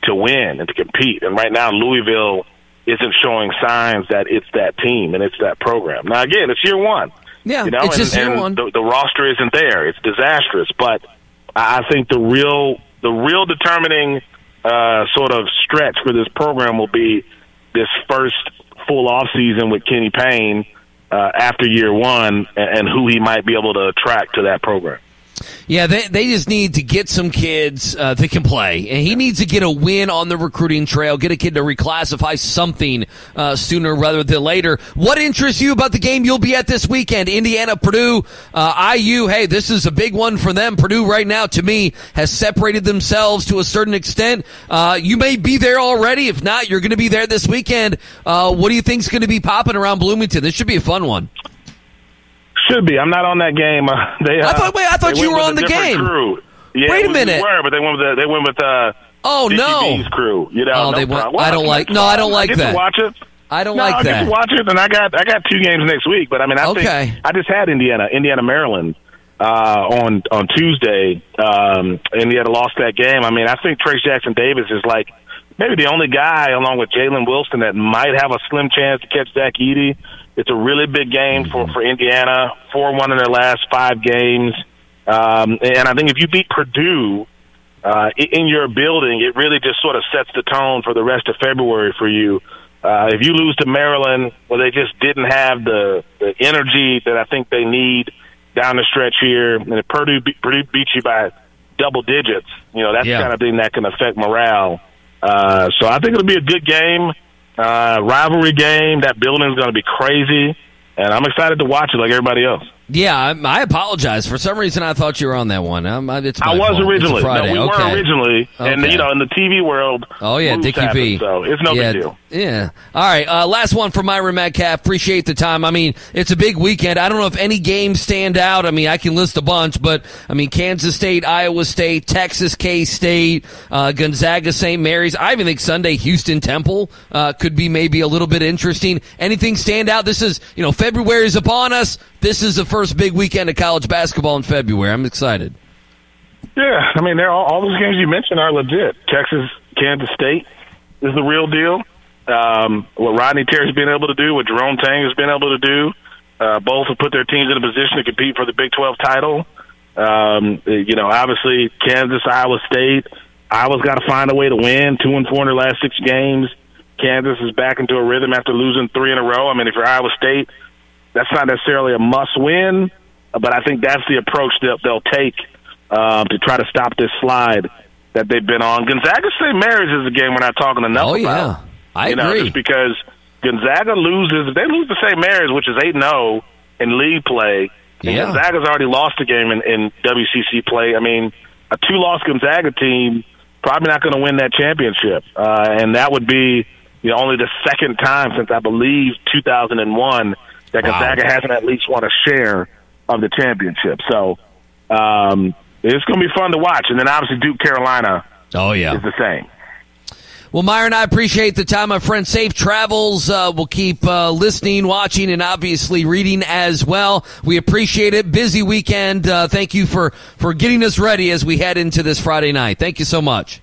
Speaker 9: to win and to compete. And right now, Louisville isn't showing signs that it's that team and it's that program. Now, again, it's year one.
Speaker 2: Yeah,
Speaker 9: you know,
Speaker 2: it's
Speaker 9: and,
Speaker 2: just year
Speaker 9: and
Speaker 2: one.
Speaker 9: The, the roster isn't there. It's disastrous. But I I think the real, the real determining uh, sort of stretch for this program will be this first full off season with Kenny Payne uh, after year one, and, and who he might be able to attract to that program.
Speaker 2: Yeah, they, they just need to get some kids uh, that can play. And he needs to get a win on the recruiting trail, get a kid to reclassify something uh, sooner rather than later. What interests you about the game you'll be at this weekend? Indiana, Purdue, uh, IU. Hey, this is a big one for them. Purdue, right now, to me, has separated themselves to a certain extent. Uh, you may be there already. If not, you're going to be there this weekend. Uh, what do you think's going to be popping around Bloomington? This should be a fun one.
Speaker 9: Should be. I'm not on that game. Uh, they, uh,
Speaker 2: I thought- wait, I thought
Speaker 9: they
Speaker 2: you
Speaker 9: went
Speaker 2: were
Speaker 9: with
Speaker 2: on the
Speaker 9: a different
Speaker 2: game.
Speaker 9: Crew. Yeah,
Speaker 2: Wait a
Speaker 9: we-
Speaker 2: minute.
Speaker 9: We were, but they went with the, they went with uh,
Speaker 2: Oh, no.
Speaker 9: DCB's crew. You know,
Speaker 2: Oh,
Speaker 9: no
Speaker 2: they went-
Speaker 9: problem. Well,
Speaker 2: I don't
Speaker 9: mean,
Speaker 2: like-
Speaker 9: that's
Speaker 2: no, I don't
Speaker 9: fine.
Speaker 2: like
Speaker 9: get to
Speaker 2: that.
Speaker 9: watch it.
Speaker 2: I don't
Speaker 9: No,
Speaker 2: like
Speaker 9: I get
Speaker 2: that.
Speaker 9: to watch it, and I got I got two games next week. But I mean, I
Speaker 2: Okay.
Speaker 9: think I just had Indiana, Indiana, Maryland uh, on on Tuesday. Um, Indiana lost that game. I mean, I think Trace Jackson Davis is like maybe the only guy, along with Jalen Wilson, that might have a slim chance to catch Zach Eady. It's a really big game for for Indiana. Four one in their last five games, um, and I think if you beat Purdue uh, i- in your building, it really just sort of sets the tone for the rest of February for you. Uh, if you lose to Maryland, well, they just didn't have the, the energy that I think they need down the stretch here. And if Purdue, be- Purdue beats you by double digits, you know, that's
Speaker 10: Yeah.
Speaker 9: the kind of thing that can affect morale. Uh, so I think it'll be a good game, uh, rivalry game. That building's going to be crazy. And I'm excited to watch it like everybody else.
Speaker 2: Yeah, I, I apologize. For some reason, I thought you were on that one. Um, I, it's my
Speaker 9: I was
Speaker 2: fault. It's a
Speaker 9: originally. No,
Speaker 2: Friday.
Speaker 9: we
Speaker 2: okay.
Speaker 9: were originally, and
Speaker 2: Okay.
Speaker 9: you know, in the TV world.
Speaker 2: Oh yeah,
Speaker 9: moves
Speaker 2: Dickie
Speaker 9: happen,
Speaker 2: B.
Speaker 9: So it's no
Speaker 2: yeah,
Speaker 9: big deal.
Speaker 2: Yeah. All right. Uh, last one from Myron Metcalf. Appreciate the time. I mean, it's a big weekend. I don't know if any games stand out. I mean, I can list a bunch, but I mean, Kansas State, Iowa State, Texas K State, uh, Gonzaga, St. Mary's. I even think Sunday, Houston Temple uh, could be maybe a little bit interesting. Anything stand out? This is you know February is upon us. This is the first big weekend of college basketball in February. I'm excited.
Speaker 9: Yeah, I mean, they're all, all those games you mentioned are legit. Texas, Kansas State is the real deal. Um, what Rodney Terry's been able to do, what Jerome Tang has been able to do, uh, both have put their teams in a position to compete for the Big 12 title. Um, you know, obviously Kansas, Iowa State, Iowa's got to find a way to win. Two and four in their last six games. Kansas is back into a rhythm after losing three in a row. I mean, if you're Iowa State, that's not necessarily a must win, but I think that's the approach that they'll take um, to try to stop this slide that they've been on. Gonzaga State Mary's is a game we're not talking enough oh, yeah. about.
Speaker 2: I
Speaker 9: you know,
Speaker 2: agree.
Speaker 9: just because Gonzaga loses, if they lose to St. Mary's, which is eight and zero in league play, and
Speaker 11: Yeah.
Speaker 9: Gonzaga's already lost a game in, in WCC play. I mean, a two-loss Gonzaga team probably not going to win that championship, uh, and that would be you know, only the second time since I believe 2001 that Gonzaga hasn't at least won a share of the championship. So um, it's going to be fun to watch, and then obviously Duke Carolina.
Speaker 2: Oh yeah,
Speaker 9: is the same.
Speaker 2: Well, Myron, I appreciate the time, my friend. Safe travels. Uh, we'll keep uh, listening, watching, and obviously reading as well. We appreciate it. Busy weekend. Uh, thank you for for getting us ready as we head into this Friday night. Thank you so much.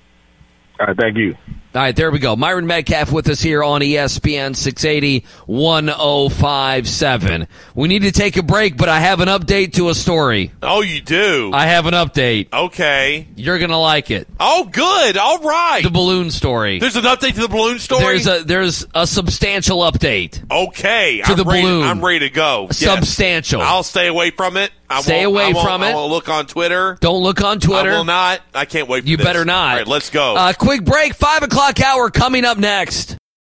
Speaker 9: All right, thank you.
Speaker 2: All right, there we go. Myron Metcalf with us here on E ESPN 680 1057. We need to take a break, but I have an update to a story.
Speaker 3: Oh, you do?
Speaker 2: I have an update.
Speaker 3: Okay.
Speaker 2: You're going to like it.
Speaker 3: Oh, good. All right. The
Speaker 2: balloon story.
Speaker 3: There's an update to the balloon story.
Speaker 2: There's a there's a substantial update.
Speaker 3: okay.
Speaker 2: to
Speaker 3: I'm
Speaker 2: the
Speaker 3: ready,
Speaker 2: balloon.
Speaker 3: I'm ready to go. Yes.
Speaker 2: Substantial.
Speaker 3: I'll stay away from it. I
Speaker 2: Stay
Speaker 3: won't- I
Speaker 2: away
Speaker 3: won't-
Speaker 2: from
Speaker 3: I
Speaker 2: it.
Speaker 3: won't look on Twitter.
Speaker 2: Don't look on Twitter.
Speaker 3: I will not. I can't wait. for
Speaker 2: You
Speaker 3: this.
Speaker 2: better not.
Speaker 3: All right, let's go.
Speaker 2: Uh, quick break, five o'clock hour coming up next.